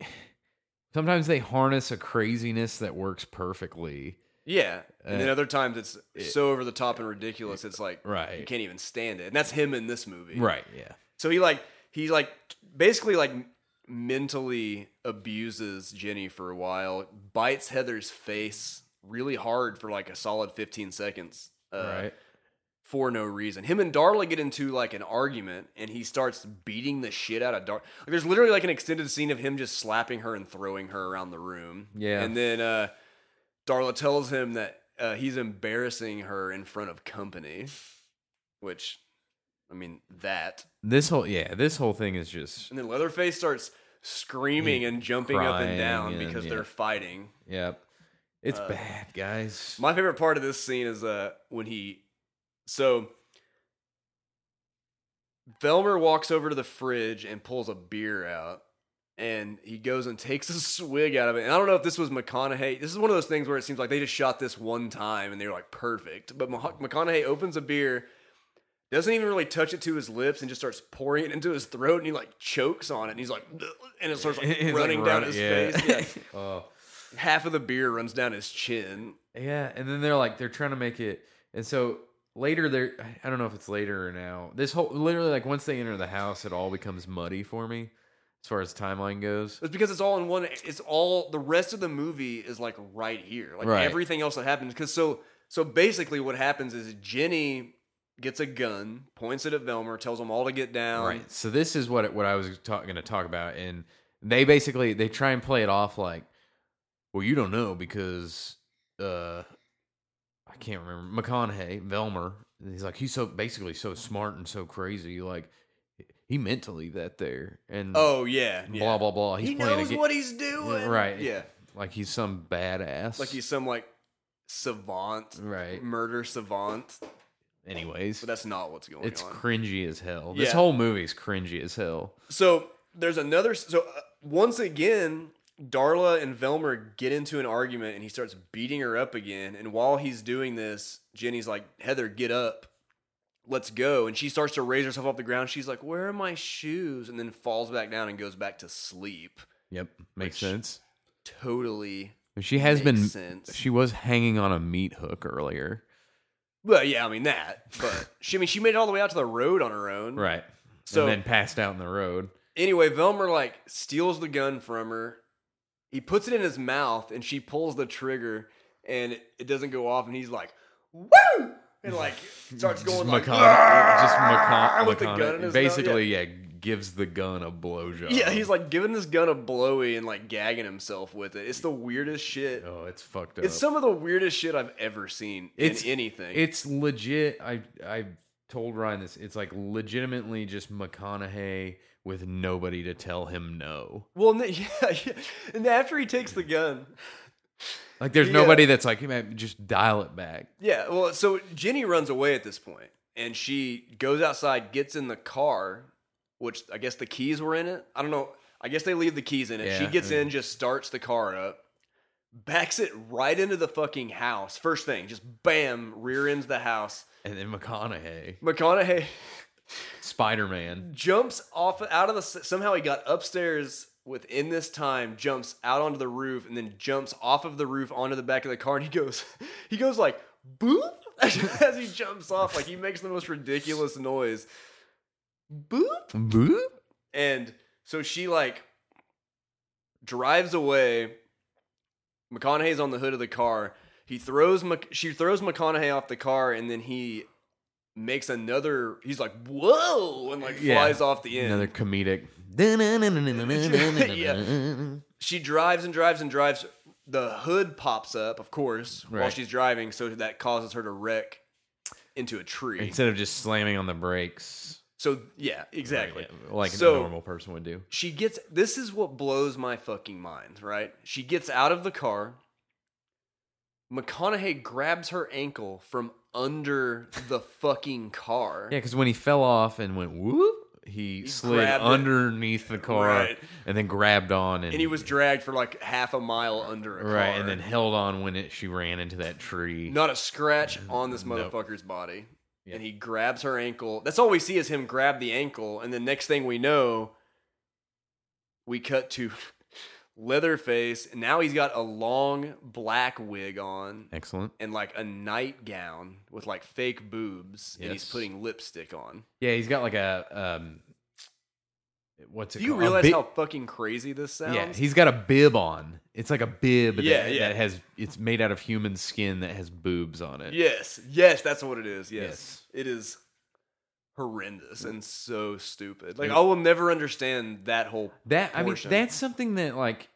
Speaker 2: sometimes they harness a craziness that works perfectly.
Speaker 1: Yeah, and then
Speaker 2: Uh,
Speaker 1: other times it's so over the top and ridiculous. It's like
Speaker 2: Right.
Speaker 1: you can't even stand it, and that's him in this movie.
Speaker 2: Right. Yeah.
Speaker 1: So he like he like basically like mentally abuses Jenny for a while, bites Heather's face really hard for like a solid fifteen seconds. Uh,
Speaker 2: right.
Speaker 1: For no reason. Him and Darla get into like an argument and he starts beating the shit out of Darla. Like, there's literally like an extended scene of him just slapping her and throwing her around the room.
Speaker 2: Yeah.
Speaker 1: And then uh, Darla tells him that uh, he's embarrassing her in front of company, which, I mean, that.
Speaker 2: This whole yeah, this whole thing is just
Speaker 1: And then Leatherface starts screaming and jumping up and
Speaker 2: Crying
Speaker 1: down
Speaker 2: and-
Speaker 1: because
Speaker 2: yeah.
Speaker 1: they're fighting.
Speaker 2: yep. It's
Speaker 1: Uh,
Speaker 2: bad, guys.
Speaker 1: My favorite part of this scene is uh when he so Velmer walks over to the fridge and pulls a beer out and he goes and takes a swig out of it. And I don't know if this was McConaughey. This is one of those things where it seems like they just shot this one time and they were like perfect. But Mah- McConaughey opens a beer, doesn't even really touch it to his lips and just starts pouring it into his throat and he like chokes on it and he's like and it starts like
Speaker 2: It's, like,
Speaker 1: running down
Speaker 2: running-
Speaker 1: his
Speaker 2: yeah.
Speaker 1: face.
Speaker 2: oh.
Speaker 1: Yeah. Half of the beer runs down his chin.
Speaker 2: Yeah, and then they're like they're trying to make it, and so later they're I don't know if it's later or now. This whole literally like once they enter the house, it all becomes muddy for me as far as timeline goes.
Speaker 1: It's because it's all in one. It's all the rest of the movie is like right here, like
Speaker 2: Right.
Speaker 1: everything else that happens. Because so so basically, what happens is Jenny gets a gun, points it at Velmer, tells them all to get down.
Speaker 2: right. So this is what it- what I was talk, going to talk about, and they basically they try and play it off like, well, you don't know because uh, I can't remember McConaughey Velmer. He's like he's so basically so smart and so crazy, like he meant to leave that there, and
Speaker 1: Oh yeah, yeah.
Speaker 2: blah blah blah. He's
Speaker 1: he
Speaker 2: playing a
Speaker 1: knows
Speaker 2: ga-
Speaker 1: what he's doing.
Speaker 2: Yeah, right?
Speaker 1: Yeah,
Speaker 2: like he's some badass.
Speaker 1: like he's some like savant,
Speaker 2: right.
Speaker 1: murder savant.
Speaker 2: Anyways,
Speaker 1: But that's not what's going
Speaker 2: it's
Speaker 1: on.
Speaker 2: cringy as hell. This
Speaker 1: Yeah.
Speaker 2: whole movie's cringy as hell.
Speaker 1: So there's another. So uh, once again, Darla and Velmer get into an argument, and he starts beating her up again. And while he's doing this, Jenny's like, "Heather, get up, let's go." And she starts to raise herself off the ground. She's like, "Where are my shoes?" And then falls back down and goes back to sleep.
Speaker 2: Yep, makes
Speaker 1: Which-
Speaker 2: sense.
Speaker 1: Totally
Speaker 2: She has
Speaker 1: makes
Speaker 2: been
Speaker 1: sense.
Speaker 2: She was hanging on a meat hook earlier.
Speaker 1: well, yeah, I mean that, but she I mean she made it all the way out to the road on her own,
Speaker 2: Right.
Speaker 1: So-
Speaker 2: and then passed out in the road.
Speaker 1: Anyway, Velmer like steals the gun from her. He puts it in his mouth and she pulls the trigger and it, it doesn't go off and he's like, Woo! And like starts going like
Speaker 2: McCona- just
Speaker 1: "Ah!"
Speaker 2: McCona-
Speaker 1: with the
Speaker 2: McCona-
Speaker 1: gun in his mouth,
Speaker 2: basically, uh, yeah. gives the gun a blowjob.
Speaker 1: Yeah, he's like giving this gun a blowy and like gagging himself with it. It's the weirdest shit.
Speaker 2: oh, it's fucked up.
Speaker 1: It's some of the weirdest shit I've ever seen
Speaker 2: It's-
Speaker 1: in anything.
Speaker 2: It's legit. I I told Ryan this. It's like legitimately just McConaughey with nobody to tell him no.
Speaker 1: well, and then- yeah, yeah. And after he takes the gun,
Speaker 2: Like there's
Speaker 1: Yeah.
Speaker 2: nobody that's like, hey, man, just dial it back.
Speaker 1: yeah. Well, so Jenny runs away at this point, and she goes outside, gets in the car, which I guess the keys were in it. I don't know. I guess they leave the keys in it. she
Speaker 2: Yeah,
Speaker 1: gets
Speaker 2: yeah.
Speaker 1: in, just starts the car up, backs it right into the fucking house. First thing, just bam, rear ends the house.
Speaker 2: And then McConaughey,
Speaker 1: McConaughey
Speaker 2: Spider Man.
Speaker 1: jumps off out of the somehow he got upstairs within this time jumps out onto the roof and then jumps off of the roof onto the back of the car and he goes he goes like boop as he jumps off like he makes the most ridiculous noise boop
Speaker 2: Boop.
Speaker 1: and so she like drives away McConaughey's on the hood of the car he throws Mc- she throws McConaughey off the car and then he makes another he's like whoa and like
Speaker 2: Yeah.
Speaker 1: flies off the end
Speaker 2: Another comedic.
Speaker 1: she drives and drives and drives. The hood pops up, of course, while
Speaker 2: Right.
Speaker 1: she's driving, so that causes her to wreck into a tree.
Speaker 2: Instead of just slamming on the brakes.
Speaker 1: so yeah, exactly.
Speaker 2: Like
Speaker 1: So-
Speaker 2: a normal person would do.
Speaker 1: She gets this is what blows my fucking mind, right? She gets out of the car. McConaughey grabs her ankle from under the fucking car.
Speaker 2: Yeah, because when he fell off and went whoop, he, slid
Speaker 1: grabbed it.
Speaker 2: underneath the car
Speaker 1: Right.
Speaker 2: and then grabbed on and,
Speaker 1: And he was dragged for like half a mile under a car.
Speaker 2: right and then held on when it she ran into that tree.
Speaker 1: Not a scratch on this
Speaker 2: Nope.
Speaker 1: motherfucker's body.
Speaker 2: Yeah.
Speaker 1: And he grabs her ankle. That's all we see is him grab the ankle. And the next thing we know, we cut to Leatherface. And now he's got a long black wig on
Speaker 2: Excellent.
Speaker 1: and like a nightgown with like fake boobs. And he's
Speaker 2: Yes.
Speaker 1: putting lipstick on.
Speaker 2: Yeah, he's got like a um, what's it?
Speaker 1: Do you
Speaker 2: called? A
Speaker 1: realize
Speaker 2: bib-
Speaker 1: how fucking crazy this sounds?
Speaker 2: Yeah, he's got a bib on. It's like a bib
Speaker 1: Yeah,
Speaker 2: that,
Speaker 1: yeah.
Speaker 2: that has it's made out of human skin that has boobs on it.
Speaker 1: Yes, yes, that's what it is. Yes,
Speaker 2: Yes.
Speaker 1: it is horrendous and so stupid. Like I will never understand that whole.
Speaker 2: That I mean,
Speaker 1: Portion.
Speaker 2: that's something that like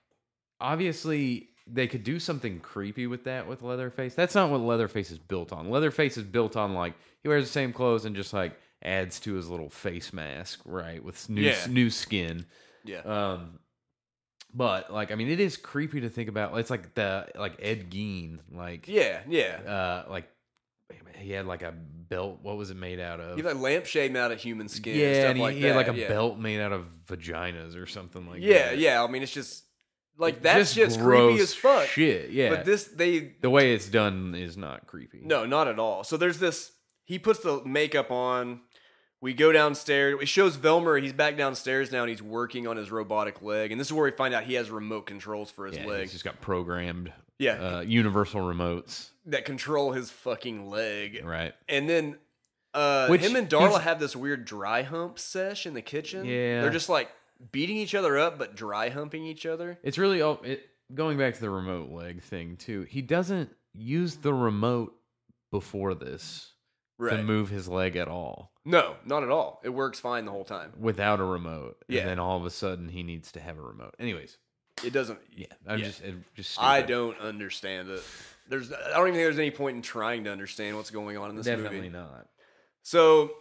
Speaker 2: obviously they could do something creepy with that with Leatherface. That's not what Leatherface is built on. Leatherface is built on like he wears the same clothes and just like adds to his little face mask, right? With new
Speaker 1: Yeah.
Speaker 2: new skin.
Speaker 1: Yeah,
Speaker 2: Um, but like I mean, it is creepy to think about. It's like the like Ed Gein, like
Speaker 1: yeah, yeah.
Speaker 2: uh, like he had like a belt. What was it made out of?
Speaker 1: You have like lampshade made out of human skin.
Speaker 2: yeah,
Speaker 1: and stuff
Speaker 2: and he,
Speaker 1: like
Speaker 2: he had like
Speaker 1: that,
Speaker 2: a
Speaker 1: yeah.
Speaker 2: belt made out of vaginas or something like
Speaker 1: yeah,
Speaker 2: that.
Speaker 1: yeah. I mean, it's just like that's just, creepy
Speaker 2: gross
Speaker 1: as fuck.
Speaker 2: Shit, yeah.
Speaker 1: But this, they
Speaker 2: the way it's done is not creepy.
Speaker 1: no, not at all. So there's this. He puts the makeup on. We go downstairs. It shows Velmer. He's back downstairs now, and he's working on his robotic leg. And this is where we find out he has remote controls for his
Speaker 2: yeah,
Speaker 1: leg.
Speaker 2: it's just got programmed.
Speaker 1: yeah,
Speaker 2: Uh, universal remotes,
Speaker 1: that control his fucking leg.
Speaker 2: right?
Speaker 1: And then uh,
Speaker 2: Which
Speaker 1: him and Darla
Speaker 2: he's-
Speaker 1: have this weird dry hump sesh in the kitchen.
Speaker 2: Yeah.
Speaker 1: They're just like beating each other up, but dry humping each other.
Speaker 2: It's really all it, going back to the remote leg thing too. He doesn't use the remote before this to
Speaker 1: Right.
Speaker 2: move his leg at all
Speaker 1: No, not at all. It works fine the whole time.
Speaker 2: without a remote.
Speaker 1: Yeah.
Speaker 2: And then all of a sudden he needs to have a remote. Anyways,
Speaker 1: It doesn't.
Speaker 2: yeah, I'm
Speaker 1: Yeah.
Speaker 2: just it, just
Speaker 1: I
Speaker 2: stupid.
Speaker 1: don't understand it. There's, I don't even think there's any point in trying to understand what's going on in this
Speaker 2: definitely
Speaker 1: movie.
Speaker 2: not.
Speaker 1: So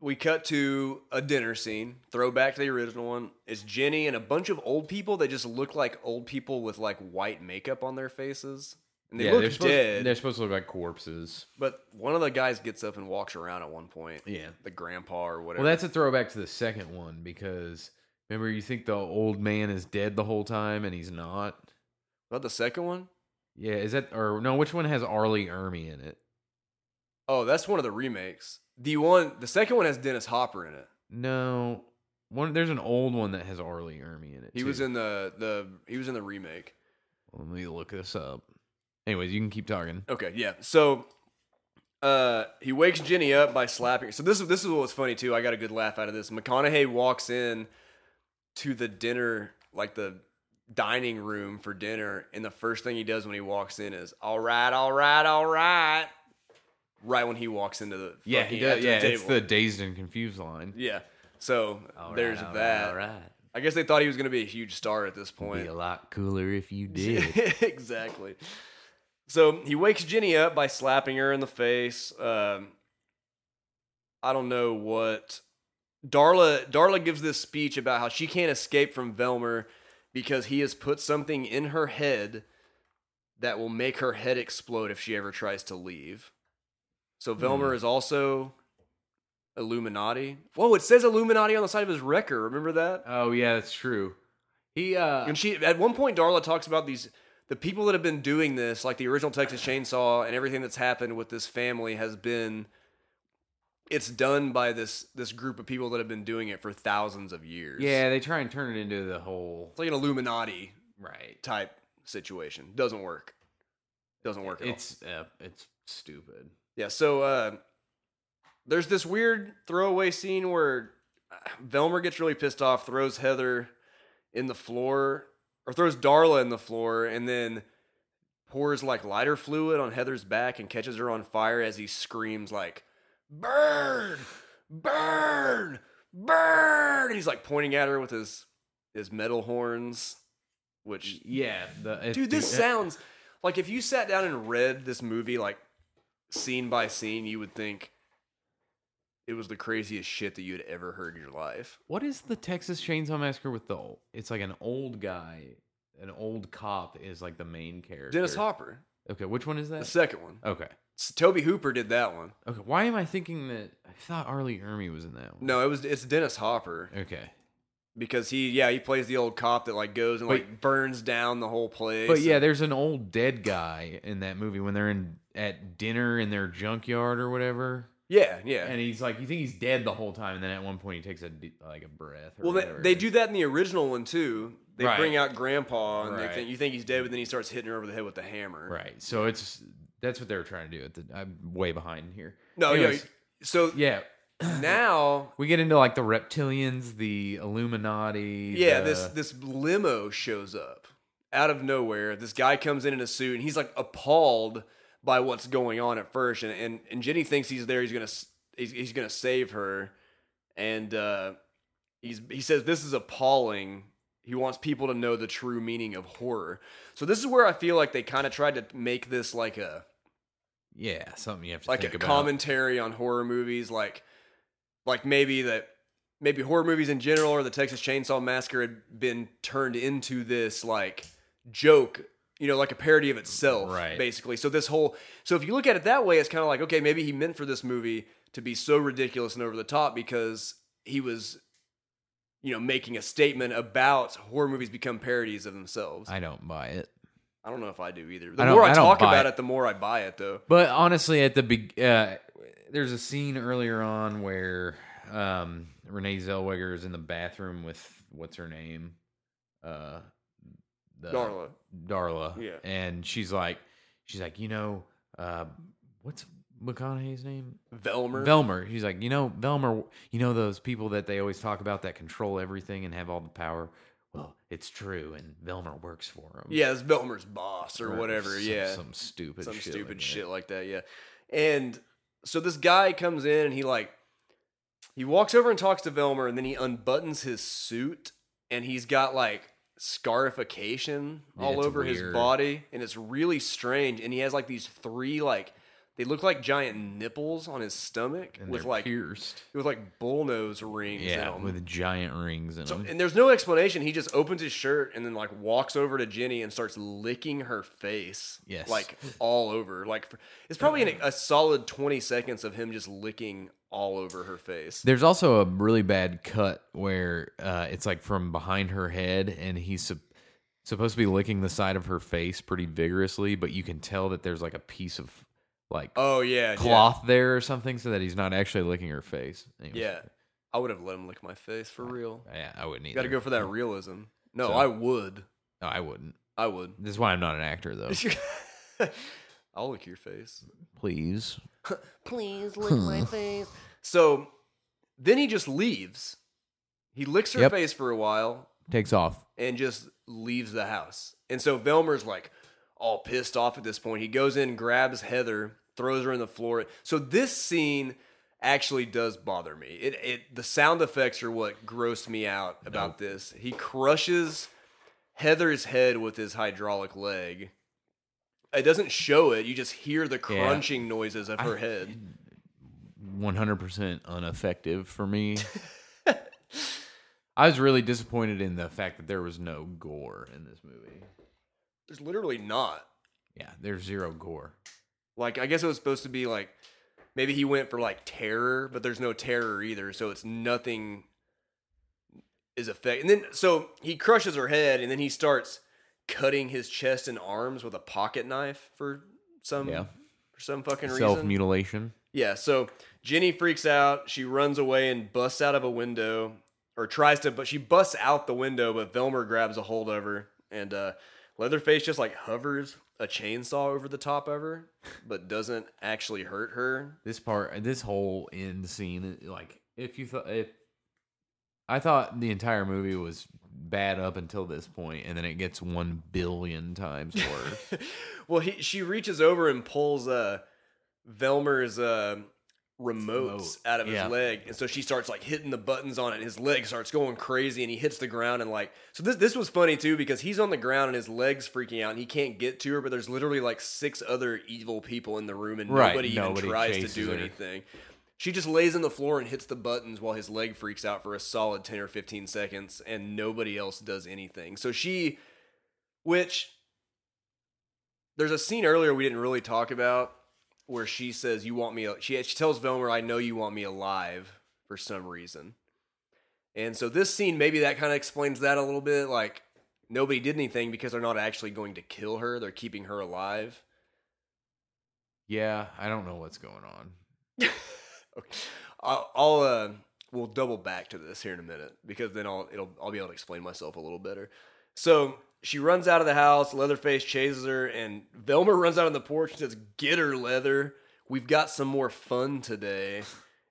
Speaker 1: we cut to a dinner scene, throwback to the original one. It's Jenny and a bunch of old people that just look like old people with like white makeup on their faces. And they
Speaker 2: yeah, they're
Speaker 1: look
Speaker 2: supposed,
Speaker 1: dead.
Speaker 2: They're supposed to look like corpses.
Speaker 1: but one of the guys gets up and walks around at one point.
Speaker 2: Yeah.
Speaker 1: The grandpa or whatever.
Speaker 2: Well, that's a throwback to the second one because remember you think the old man is dead the whole time and he's not.
Speaker 1: About the second one?
Speaker 2: Yeah, is that or no? Which one has Arlie Ermy in it?
Speaker 1: Oh, that's one of the remakes. The one the second one has Dennis Hopper in it.
Speaker 2: No, one. There's an old one that has Arlie Ermy in it.
Speaker 1: He was
Speaker 2: too.
Speaker 1: in the the he was in the remake.
Speaker 2: Let me look this up. Anyways, you can keep talking.
Speaker 1: Okay, yeah. So uh he wakes Jenny up by slapping her. So this is this is what was funny too. I got a good laugh out of this. McConaughey walks in to the dinner, like the dining room for dinner, and the first thing he does when he walks in is, All right, all right, all right. Right when he walks into the
Speaker 2: Yeah,
Speaker 1: fucking-
Speaker 2: he
Speaker 1: at
Speaker 2: does.
Speaker 1: the
Speaker 2: Yeah, it's
Speaker 1: table.
Speaker 2: the dazed and confused line.
Speaker 1: Yeah. So
Speaker 2: All right,
Speaker 1: there's
Speaker 2: all right,
Speaker 1: that.
Speaker 2: all right.
Speaker 1: I guess they thought he was going to be a huge star at this point.
Speaker 2: Be a lot cooler if you did.
Speaker 1: exactly. So he wakes Jenny up by slapping her in the face. Um, I don't know what Darla. Darla gives this speech about how she can't escape from Velmer because he has put something in her head that will make her head explode if she ever tries to leave. So Velmer is also Illuminati. Whoa! It says Illuminati on the side of his record. Remember that?
Speaker 2: oh yeah, that's true. He uh
Speaker 1: And she at one point Darla talks about these the people that have been doing this, like the original Texas Chainsaw and everything that's happened with this family has been it's done by this this group of people that have been doing it for thousands of years.
Speaker 2: yeah, they try and turn it into the whole
Speaker 1: It's like an Illuminati
Speaker 2: right.
Speaker 1: type situation. Doesn't work. Doesn't work at all.
Speaker 2: It's uh, it's stupid.
Speaker 1: Yeah, so uh, there's this weird throwaway scene where uh, Velmer gets really pissed off, throws Heather in the floor, or throws Darla in the floor, and then pours like lighter fluid on Heather's back and catches her on fire as he screams like "Burn, burn, burn!" And he's like pointing at her with his his metal horns, which
Speaker 2: Yeah, the, it-
Speaker 1: dude this
Speaker 2: it-
Speaker 1: sounds like if you sat down and read this movie like scene by scene you would think it was the craziest shit that you had ever heard in your life
Speaker 2: What is the Texas Chainsaw Massacre with the? ol- It's like an old guy, an old cop is like the main character.
Speaker 1: dennis hopper
Speaker 2: Okay, which one is
Speaker 1: the
Speaker 2: that?
Speaker 1: second one
Speaker 2: Okay,
Speaker 1: S- toby hooper did that one
Speaker 2: okay. Why am I thinking that? I thought Arlie Ermy was in that one.
Speaker 1: no it was it's dennis hopper
Speaker 2: Okay,
Speaker 1: because he yeah he plays the old cop that like goes and
Speaker 2: But-
Speaker 1: like burns down the whole place
Speaker 2: but yeah,
Speaker 1: and-
Speaker 2: there's an old dead guy in that movie when they're in at dinner in their junkyard or whatever,
Speaker 1: yeah yeah
Speaker 2: and he's like, you think he's dead the whole time, and then at one point he takes a d- like a breath. Or
Speaker 1: well they,
Speaker 2: whatever.
Speaker 1: they do that in the original one too they
Speaker 2: Right.
Speaker 1: bring out grandpa and
Speaker 2: Right.
Speaker 1: they think you think he's dead but then he starts hitting her over the head with the hammer
Speaker 2: Right, so it's that's what they were trying to do. At the, I'm way behind here.
Speaker 1: no
Speaker 2: Anyways,
Speaker 1: yeah so
Speaker 2: yeah.
Speaker 1: now
Speaker 2: We get into like the reptilians, the Illuminati.
Speaker 1: Yeah,
Speaker 2: the-
Speaker 1: this this limo shows up out of nowhere. This guy comes in in a suit, and he's like appalled by what's going on at first, and and, and Jenny thinks he's there. He's gonna s- he's, he's gonna save her, and uh, he's he says this is appalling. He wants people to know the true meaning of horror. So this is where I feel like they kind of tried to make this like a
Speaker 2: yeah, something you have to
Speaker 1: like
Speaker 2: think
Speaker 1: a
Speaker 2: about.
Speaker 1: commentary on horror movies, like like maybe that maybe horror movies in general or the Texas Chainsaw Massacre had been turned into this like joke, you know, like a parody of itself,
Speaker 2: Right.
Speaker 1: Basically, so this whole so if you look at it that way, it's kind of like okay, maybe he meant for this movie to be so ridiculous and over the top because he was. You know, making a statement about horror movies become parodies of themselves. I,
Speaker 2: I don't buy it.
Speaker 1: don't know if I do either. The
Speaker 2: I don't-
Speaker 1: more I,
Speaker 2: I don't
Speaker 1: talk
Speaker 2: buy
Speaker 1: about
Speaker 2: it.
Speaker 1: it, the more I buy it, though.
Speaker 2: But honestly, at the big, uh, there's a scene earlier on where um, Renee Zellweger is in the bathroom with what's her name, uh, the,
Speaker 1: Darla.
Speaker 2: Darla.
Speaker 1: Yeah.
Speaker 2: and she's like, she's like, you know, uh, what's McConaughey's name?
Speaker 1: Velmer.
Speaker 2: Velmer. He's like, you know, Velmer, you know those people that they always talk about that control everything and have all the power? Well, it's true, and Velmer works for him.
Speaker 1: Yeah, it's Velmer's boss or whatever.
Speaker 2: Some,
Speaker 1: yeah, some,
Speaker 2: Some stupid shit.
Speaker 1: stupid
Speaker 2: like that.
Speaker 1: shit like that. Yeah, and so this guy comes in and he like he walks over and talks to Velmer, and then he unbuttons his suit, and he's got like scarification
Speaker 2: Yeah,
Speaker 1: all
Speaker 2: it's
Speaker 1: over his
Speaker 2: weird.
Speaker 1: body, and it's really strange. And he has like these three like they look like giant nipples on his stomach
Speaker 2: And
Speaker 1: with
Speaker 2: they're
Speaker 1: like
Speaker 2: pierced.
Speaker 1: with like bullnose rings. in
Speaker 2: Yeah,
Speaker 1: 'em.
Speaker 2: with giant rings in
Speaker 1: So,
Speaker 2: them.
Speaker 1: and there's no explanation. He just opens his shirt and then like walks over to Jenny and starts licking her face.
Speaker 2: Yes.
Speaker 1: like all over. Like for, it's probably an, a solid twenty seconds of him just licking all over her face.
Speaker 2: There's also a really bad cut where uh, it's like from behind her head, and he's sup- supposed to be licking the side of her face pretty vigorously, but you can tell that there's like a piece of like
Speaker 1: Oh yeah, yeah.
Speaker 2: cloth there or something so that he's not actually licking her face. Anyways.
Speaker 1: Yeah, I would have let him lick my face for real.
Speaker 2: Yeah, I wouldn't either.
Speaker 1: You got to go for that realism. No,
Speaker 2: So-
Speaker 1: I would.
Speaker 2: No, I wouldn't.
Speaker 1: I would.
Speaker 2: This is why I'm not an actor, though.
Speaker 1: I'll lick your face.
Speaker 2: Please.
Speaker 3: Please lick my face.
Speaker 1: So then he just leaves. He licks her
Speaker 2: Yep.
Speaker 1: face for a while,
Speaker 2: Takes off.
Speaker 1: and just leaves the house. And so Velmer's like all pissed off at this point. He goes in, grabs Heather, throws her in the floor. So this scene actually does bother me. It, it the sound effects are what gross me out about this. He crushes Heather's head with his hydraulic leg. It doesn't show it. You just hear the
Speaker 2: Yeah.
Speaker 1: crunching noises of her head.
Speaker 2: 100% ineffective for me. I was really disappointed in the fact that there was no gore in this movie.
Speaker 1: There's literally not.
Speaker 2: Yeah, there's zero gore.
Speaker 1: Like I guess it was supposed to be like maybe he went for like terror, but there's no terror either, so it's nothing is effect. And then so he crushes her head, and then he starts cutting his chest and arms with a pocket knife for some
Speaker 2: Yeah.
Speaker 1: for some fucking
Speaker 2: Self
Speaker 1: reason.
Speaker 2: mutilation.
Speaker 1: Yeah. So Jenny freaks out. She runs away and busts out of a window, or tries to, but she busts out the window. But Velmer grabs a hold of her, and uh, Leatherface just like hovers a chainsaw over the top of her, but doesn't actually hurt her.
Speaker 2: This part, this whole end scene, like if you thought if I thought the entire movie was bad up until this point, and then it gets one billion times worse.
Speaker 1: well, he, she reaches over and pulls uh, Velmer's uh, remotes
Speaker 2: Remote,
Speaker 1: out of
Speaker 2: yeah.
Speaker 1: his leg, and so she starts like hitting the buttons on it. And his leg starts going crazy, and he hits the ground and like. So this this was funny too because he's on the ground and his legs freaking out, and he can't get to her. But there's literally like six other evil people in the room, and
Speaker 2: Right,
Speaker 1: nobody even
Speaker 2: nobody
Speaker 1: tries to
Speaker 2: chases
Speaker 1: do
Speaker 2: her.
Speaker 1: anything. She just lays on the floor and hits the buttons while his leg freaks out for a solid 10 or 15 seconds, and nobody else does anything. So she, which there's a scene earlier we didn't really talk about where she says you want me she she tells Velmer I know you want me alive for some reason. And so this scene maybe that kind of explains that a little bit like nobody did anything because they're not actually going to kill her, they're keeping her alive.
Speaker 2: yeah, I don't know what's going on.
Speaker 1: Okay. I'll, I'll uh we'll double back to this here in a minute because then I'll it'll I'll be able to explain myself a little better. So she runs out of the house. Leatherface chases her, and Velma runs out on the porch and says, "Get her, Leather. We've got some more fun today."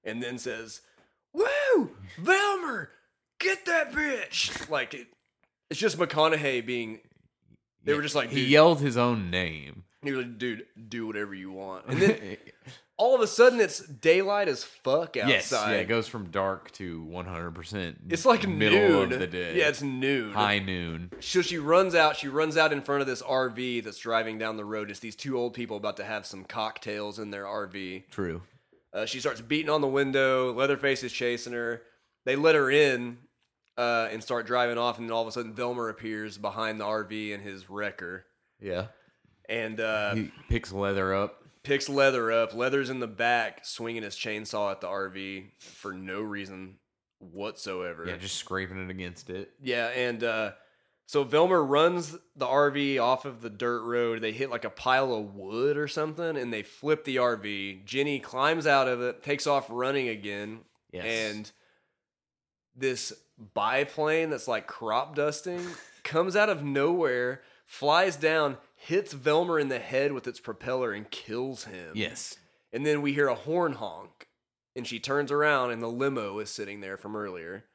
Speaker 1: And then says, "Woo, Velmer, get that bitch!" Like it, it's just McConaughey being. They were just like,
Speaker 2: he
Speaker 1: dude,
Speaker 2: yelled his own name.
Speaker 1: he was like, dude, do whatever you want. And then all of a sudden, it's daylight as fuck outside.
Speaker 2: Yes, yeah, it goes from dark to 100%.
Speaker 1: It's like
Speaker 2: middle
Speaker 1: noon.
Speaker 2: of the day.
Speaker 1: Yeah, it's noon.
Speaker 2: high noon.
Speaker 1: So she runs out. She runs out in front of this RV that's driving down the road. It's these two old people about to have some cocktails in their RV.
Speaker 2: True.
Speaker 1: Uh, she starts beating on the window. Leatherface is chasing her. They let her in uh, and start driving off. And then all of a sudden, Velmer appears behind the RV in his wrecker
Speaker 2: Yeah.
Speaker 1: and uh,
Speaker 2: He picks leather up.
Speaker 1: picks Leather up. Leather's in the back swinging his chainsaw at the RV for no reason whatsoever.
Speaker 2: Yeah, just scraping it against it.
Speaker 1: Yeah, and uh, so Velmer runs the RV off of the dirt road. They hit like a pile of wood or something, and they flip the RV. Jenny climbs out of it, takes off running again,
Speaker 2: Yes.
Speaker 1: and this biplane that's like crop dusting comes out of nowhere, flies down, hits Velmer in the head with its propeller, and kills him.
Speaker 2: yes.
Speaker 1: And then we hear a horn honk, and she turns around, and the limo is sitting there from earlier.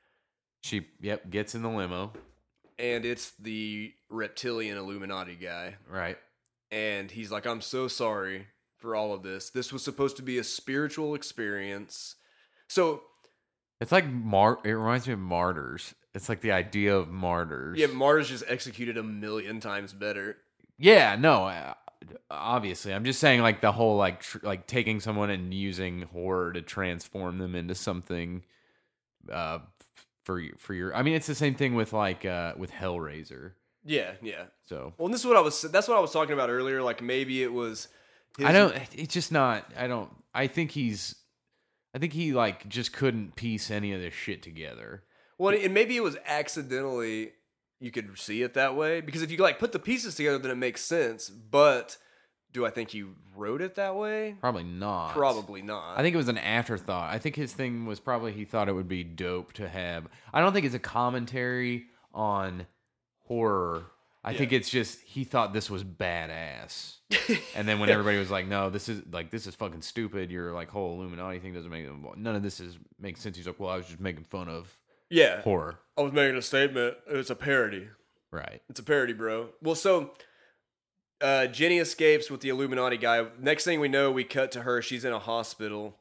Speaker 2: She yep, gets in the limo.
Speaker 1: and it's the reptilian Illuminati guy.
Speaker 2: Right.
Speaker 1: And he's like, I'm so sorry for all of this. This was supposed to be a spiritual experience. So,
Speaker 2: It's like mar it reminds me of martyrs. It's like the idea of martyrs.
Speaker 1: yeah, Mars just executed a million times better.
Speaker 2: Yeah, no, I- obviously. I'm just saying like the whole like tr- like taking someone and using horror to transform them into something uh f- for your, for your I mean it's the same thing with like uh with Hellraiser.
Speaker 1: Yeah, yeah.
Speaker 2: So
Speaker 1: Well, and this is what I was, that's what I was talking about earlier. Like, maybe it was. His,
Speaker 2: I don't it's just not I don't I think he's I think he like just couldn't piece any of this shit together.
Speaker 1: Well, and maybe it was accidentally you could see it that way because if you like put the pieces together, then it makes sense. But do I think he wrote it that way?
Speaker 2: Probably not.
Speaker 1: Probably not.
Speaker 2: I think it was an afterthought. I think his thing was probably he thought it would be dope to have. I don't think it's a commentary on horror. I think it's just he thought this was badass. and then when everybody was like, "No, this is like this is fucking stupid. Your like whole Illuminati thing doesn't make none of this is makes sense." He's like, "Well, I was just making fun of
Speaker 1: yeah.
Speaker 2: horror."
Speaker 1: I was making a statement. It's a parody.
Speaker 2: Right.
Speaker 1: It's a parody, bro. Well, so uh, Jenny escapes with the Illuminati guy. Next thing we know, we cut to her. She's in a hospital,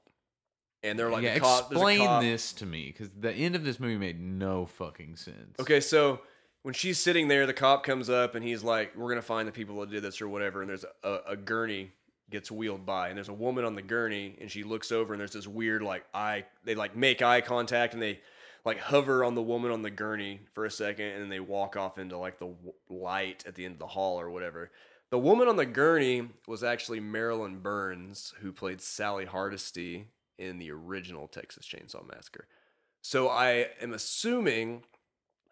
Speaker 1: and they're like,
Speaker 2: yeah,
Speaker 1: the cop, there's a
Speaker 2: explain
Speaker 1: cop.
Speaker 2: this to me because the end of this movie made no fucking sense.
Speaker 1: Okay, so when she's sitting there, the cop comes up and he's like, "We're gonna find the people that did this or whatever." And there's a, a gurney gets wheeled by, and there's a woman on the gurney, and she looks over, and there's this weird like eye. They like make eye contact, and they like hover on the woman on the gurney for a second, and then they walk off into like the w- light at the end of the hall or whatever. The woman on the gurney was actually Marilyn Burns, who played Sally Hardesty in the original Texas Chainsaw Massacre. So I am assuming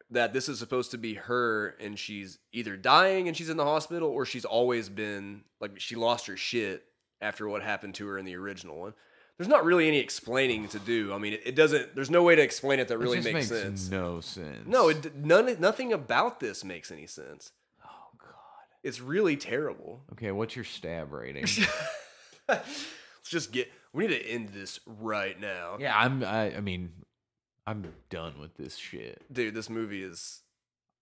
Speaker 1: that this is supposed to be her and she's either dying and she's in the hospital or she's always been like she lost her shit after what happened to her in the original one. There's not really any explaining to do. I mean, it, it doesn't there's no way to explain it that
Speaker 2: It
Speaker 1: really
Speaker 2: just
Speaker 1: makes,
Speaker 2: makes
Speaker 1: sense.
Speaker 2: No sense.
Speaker 1: No, it, none nothing about this makes any sense.
Speaker 2: Oh god.
Speaker 1: It's really terrible.
Speaker 2: Okay, what's your stab rating?
Speaker 1: Let's just get we need to end this right now.
Speaker 2: yeah, I'm. I, I mean, I'm done with this shit.
Speaker 1: Dude, this movie is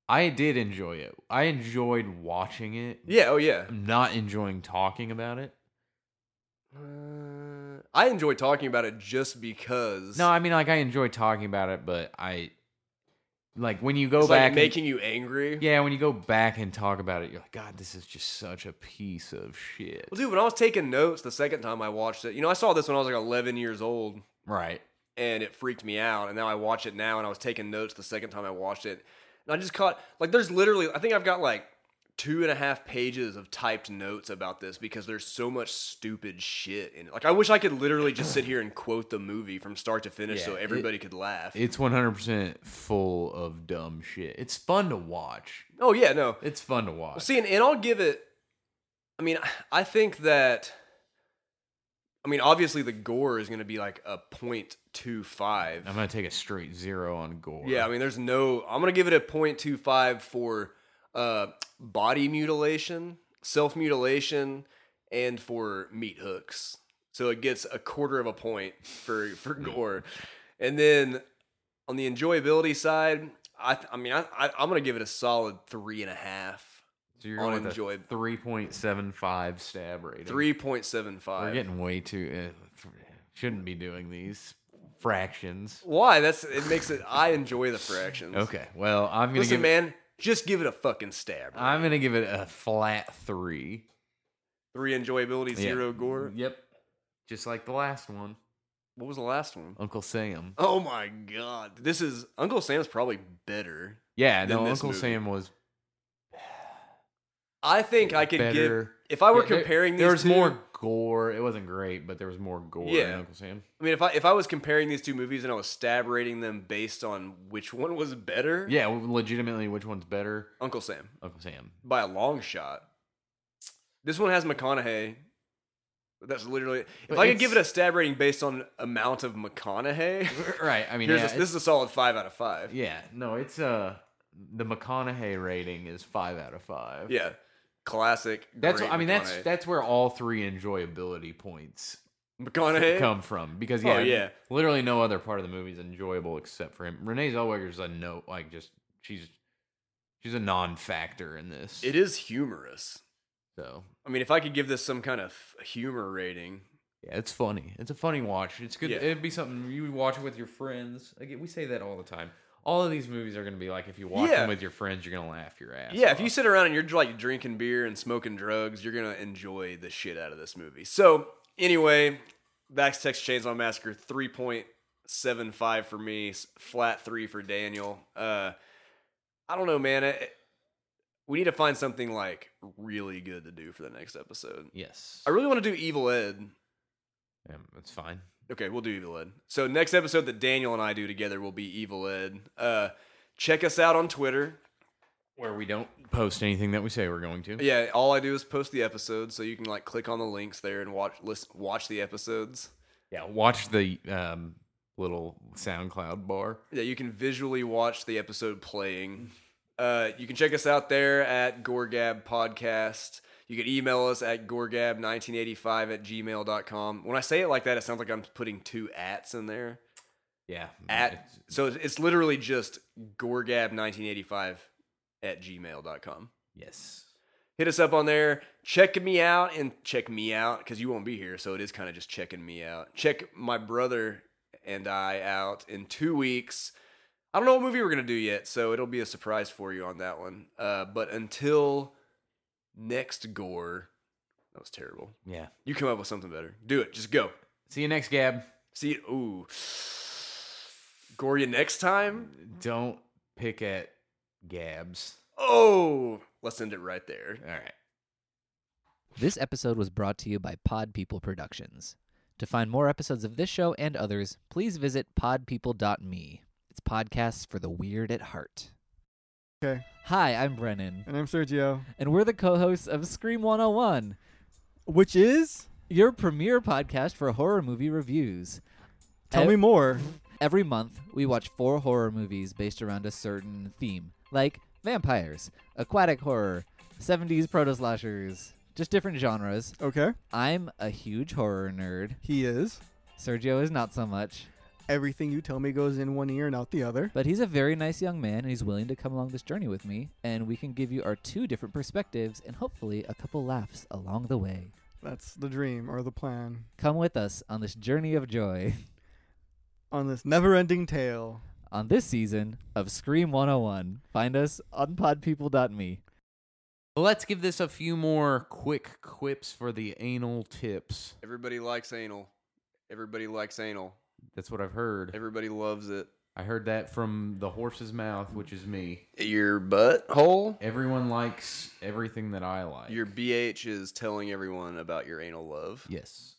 Speaker 2: I did enjoy it. I enjoyed watching it.
Speaker 1: Yeah, oh yeah.
Speaker 2: I'm not enjoying talking about it.
Speaker 1: Uh, I enjoy talking about it just because
Speaker 2: No, I mean, like I enjoy talking about it, but I like when you go
Speaker 1: it's
Speaker 2: back.
Speaker 1: like
Speaker 2: and-
Speaker 1: making you angry.
Speaker 2: yeah, when you go back and talk about it, you're like, God, this is just such a piece of shit.
Speaker 1: Well, dude, when I was taking notes the second time I watched it, you know, I saw this when I was like 11 years old
Speaker 2: Right.
Speaker 1: and it freaked me out. And now I watch it now and I was taking notes the second time I watched it. And I just caught, like, there's literally, I think I've got like two and a half pages of typed notes about this because there's so much stupid shit in it. Like, I wish I could literally just sit here and quote the movie from start to finish
Speaker 2: Yeah,
Speaker 1: so
Speaker 2: it-
Speaker 1: everybody could laugh.
Speaker 2: It's 100% full of dumb shit. It's fun to watch.
Speaker 1: oh, yeah, no.
Speaker 2: It's fun to watch.
Speaker 1: See, and, and I'll give it. I mean, I think that. I mean, obviously, the gore is going to be like a point two five.
Speaker 2: I'm gonna take a straight zero on gore.
Speaker 1: Yeah, I mean, there's no. I'm going to give it a point two five for uh, body mutilation, self mutilation, and for meat hooks. So it gets a quarter of a point for for
Speaker 2: Hmm.
Speaker 1: gore, and then on the enjoyability side, I th- I mean, I, I I'm going to give it a solid three and a half.
Speaker 2: so you're
Speaker 1: I'll
Speaker 2: going with
Speaker 1: enjoy-
Speaker 2: a 3.75 stab rating.
Speaker 1: Three point seven five.
Speaker 2: We're getting way too. Uh, shouldn't be doing these fractions.
Speaker 1: Why? That's it makes it. I enjoy the fractions.
Speaker 2: Okay. Well, I'm gonna
Speaker 1: Listen,
Speaker 2: give.
Speaker 1: man, just give it a fucking stab.
Speaker 2: It, I'm gonna give it a flat three.
Speaker 1: Three enjoyability,
Speaker 2: Yeah.
Speaker 1: zero gore.
Speaker 2: Yep. Just like the last one,
Speaker 1: What was the last one?
Speaker 2: Uncle Sam.
Speaker 1: Oh my god, this is Uncle Sam's probably better.
Speaker 2: Yeah.
Speaker 1: Then
Speaker 2: No,
Speaker 1: this
Speaker 2: Uncle
Speaker 1: movie.
Speaker 2: Sam was.
Speaker 1: I think I could give
Speaker 2: Better.
Speaker 1: if I were
Speaker 2: Yeah, there-
Speaker 1: comparing these.
Speaker 2: There was
Speaker 1: two,
Speaker 2: more gore. It wasn't great, but there was more gore
Speaker 1: Yeah.
Speaker 2: in Uncle Sam.
Speaker 1: I mean, if I if I was comparing these two movies and I was stab rating them based on which one was better,
Speaker 2: Yeah. Legitimately, which one's better?
Speaker 1: Uncle Sam
Speaker 2: Uncle Sam.
Speaker 1: by a long shot. This one has McConaughey. That's literally. If
Speaker 2: But
Speaker 1: I could
Speaker 2: it's-
Speaker 1: give it a stab rating based on amount of McConaughey,
Speaker 2: Right. I mean,
Speaker 1: Here's
Speaker 2: yeah,
Speaker 1: a, this is a solid five out of five. Yeah.
Speaker 2: Yeah, no, it's uh the McConaughey rating is five out of five.
Speaker 1: Classic.
Speaker 2: that's
Speaker 1: great
Speaker 2: I mean that's
Speaker 1: McConaughey.
Speaker 2: that's where all three enjoyability points
Speaker 1: McConaughey.
Speaker 2: come from because yeah,
Speaker 1: Oh, yeah.
Speaker 2: literally no other part of the movie is enjoyable except for him. Renee Zellweger's a no, like just she's she's a non-factor in this.
Speaker 1: It is humorous.
Speaker 2: so
Speaker 1: I mean, if I could give this some kind of humor rating,
Speaker 2: yeah, it's funny. It's a funny watch. It's good.
Speaker 1: Yeah.
Speaker 2: It'd be something you would watch it with your friends. Again, we say that all the time. All of these movies are going to be like if you watch
Speaker 1: Yeah.
Speaker 2: them with your friends, you're going to laugh your ass.
Speaker 1: yeah. If
Speaker 2: off.
Speaker 1: you sit around and you're like drinking beer and smoking drugs, you're gonna enjoy the shit out of this movie. So anyway, that's Texas Chainsaw Massacre three point seven five for me, s- flat three for Daniel. Uh, I don't know, man. It- we need to find something like really good to do for the next episode.
Speaker 2: yes,
Speaker 1: I really want to do Evil Ed.
Speaker 2: Um, it's fine.
Speaker 1: Okay, we'll do Evil Ed. So next episode that Daniel and I do together will be Evil Ed. Uh, check us out on Twitter.
Speaker 2: where we don't post anything that we say we're going to.
Speaker 1: Yeah, all I do is post the episodes, so you can like click on the links there and watch list, watch the episodes.
Speaker 2: Yeah, watch the um, little SoundCloud bar.
Speaker 1: Yeah, you can visually watch the episode playing. Uh, you can check us out there at Gorgab Podcast. You can email us at gorgab1985 at gmail.com. When I say it like that, it sounds like I'm putting two ats in there.
Speaker 2: Yeah,
Speaker 1: at
Speaker 2: It's-
Speaker 1: so it's, it's literally just gorgab1985 at gmail.com
Speaker 2: yes.
Speaker 1: Hit us up on there. Check me out and check me out because you won't be here. So it is kind of just checking me out. Check my brother and I out in two weeks. I don't know what movie we're going to do yet. So it'll be a surprise for you on that one. Uh, but until next gore, that was terrible.
Speaker 2: Yeah.
Speaker 1: You come up with something better. Do it. Just go.
Speaker 2: See you next, Gab.
Speaker 1: See, ooh, gore you next time.
Speaker 2: Don't pick at Gabs.
Speaker 1: Oh, let's end it right there.
Speaker 2: All right.
Speaker 4: This episode was brought to you by Pod People Productions. To find more episodes of this show and others, please visit podpeople.me. It's podcasts for the weird at heart.
Speaker 5: Okay.
Speaker 4: Hi, I'm Brennan,
Speaker 5: And I'm Sergio,
Speaker 4: and we're the co hosts of Scream 101,
Speaker 5: which is
Speaker 4: your premier podcast for horror movie reviews.
Speaker 5: tell
Speaker 4: Ev-
Speaker 5: me more.
Speaker 4: Every month, we watch four horror movies based around a certain theme, like vampires, aquatic horror, 70s proto slashers, just different genres.
Speaker 5: Okay.
Speaker 4: I'm a huge horror nerd.
Speaker 5: He is
Speaker 4: Sergio is not so much,
Speaker 5: everything you tell me goes in one ear and out the other.
Speaker 4: but he's a very nice young man and he's willing to come along this journey with me, and we can give you our two different perspectives and hopefully a couple laughs along the way.
Speaker 5: That's the dream or the plan
Speaker 4: Come with us on this journey of joy
Speaker 5: on this never-ending tale.
Speaker 4: on this season of Scream 101. Find us on podpeople.me.
Speaker 2: Let's give this a few more quick quips for the anal tips.
Speaker 1: Everybody likes anal. Everybody likes anal.
Speaker 2: That's what I've heard.
Speaker 1: Everybody loves it.
Speaker 2: I heard that from the horse's mouth, which is me.
Speaker 1: Your butthole.
Speaker 2: Everyone likes everything that I like.
Speaker 1: Your BH is telling everyone about your anal love.
Speaker 2: yes.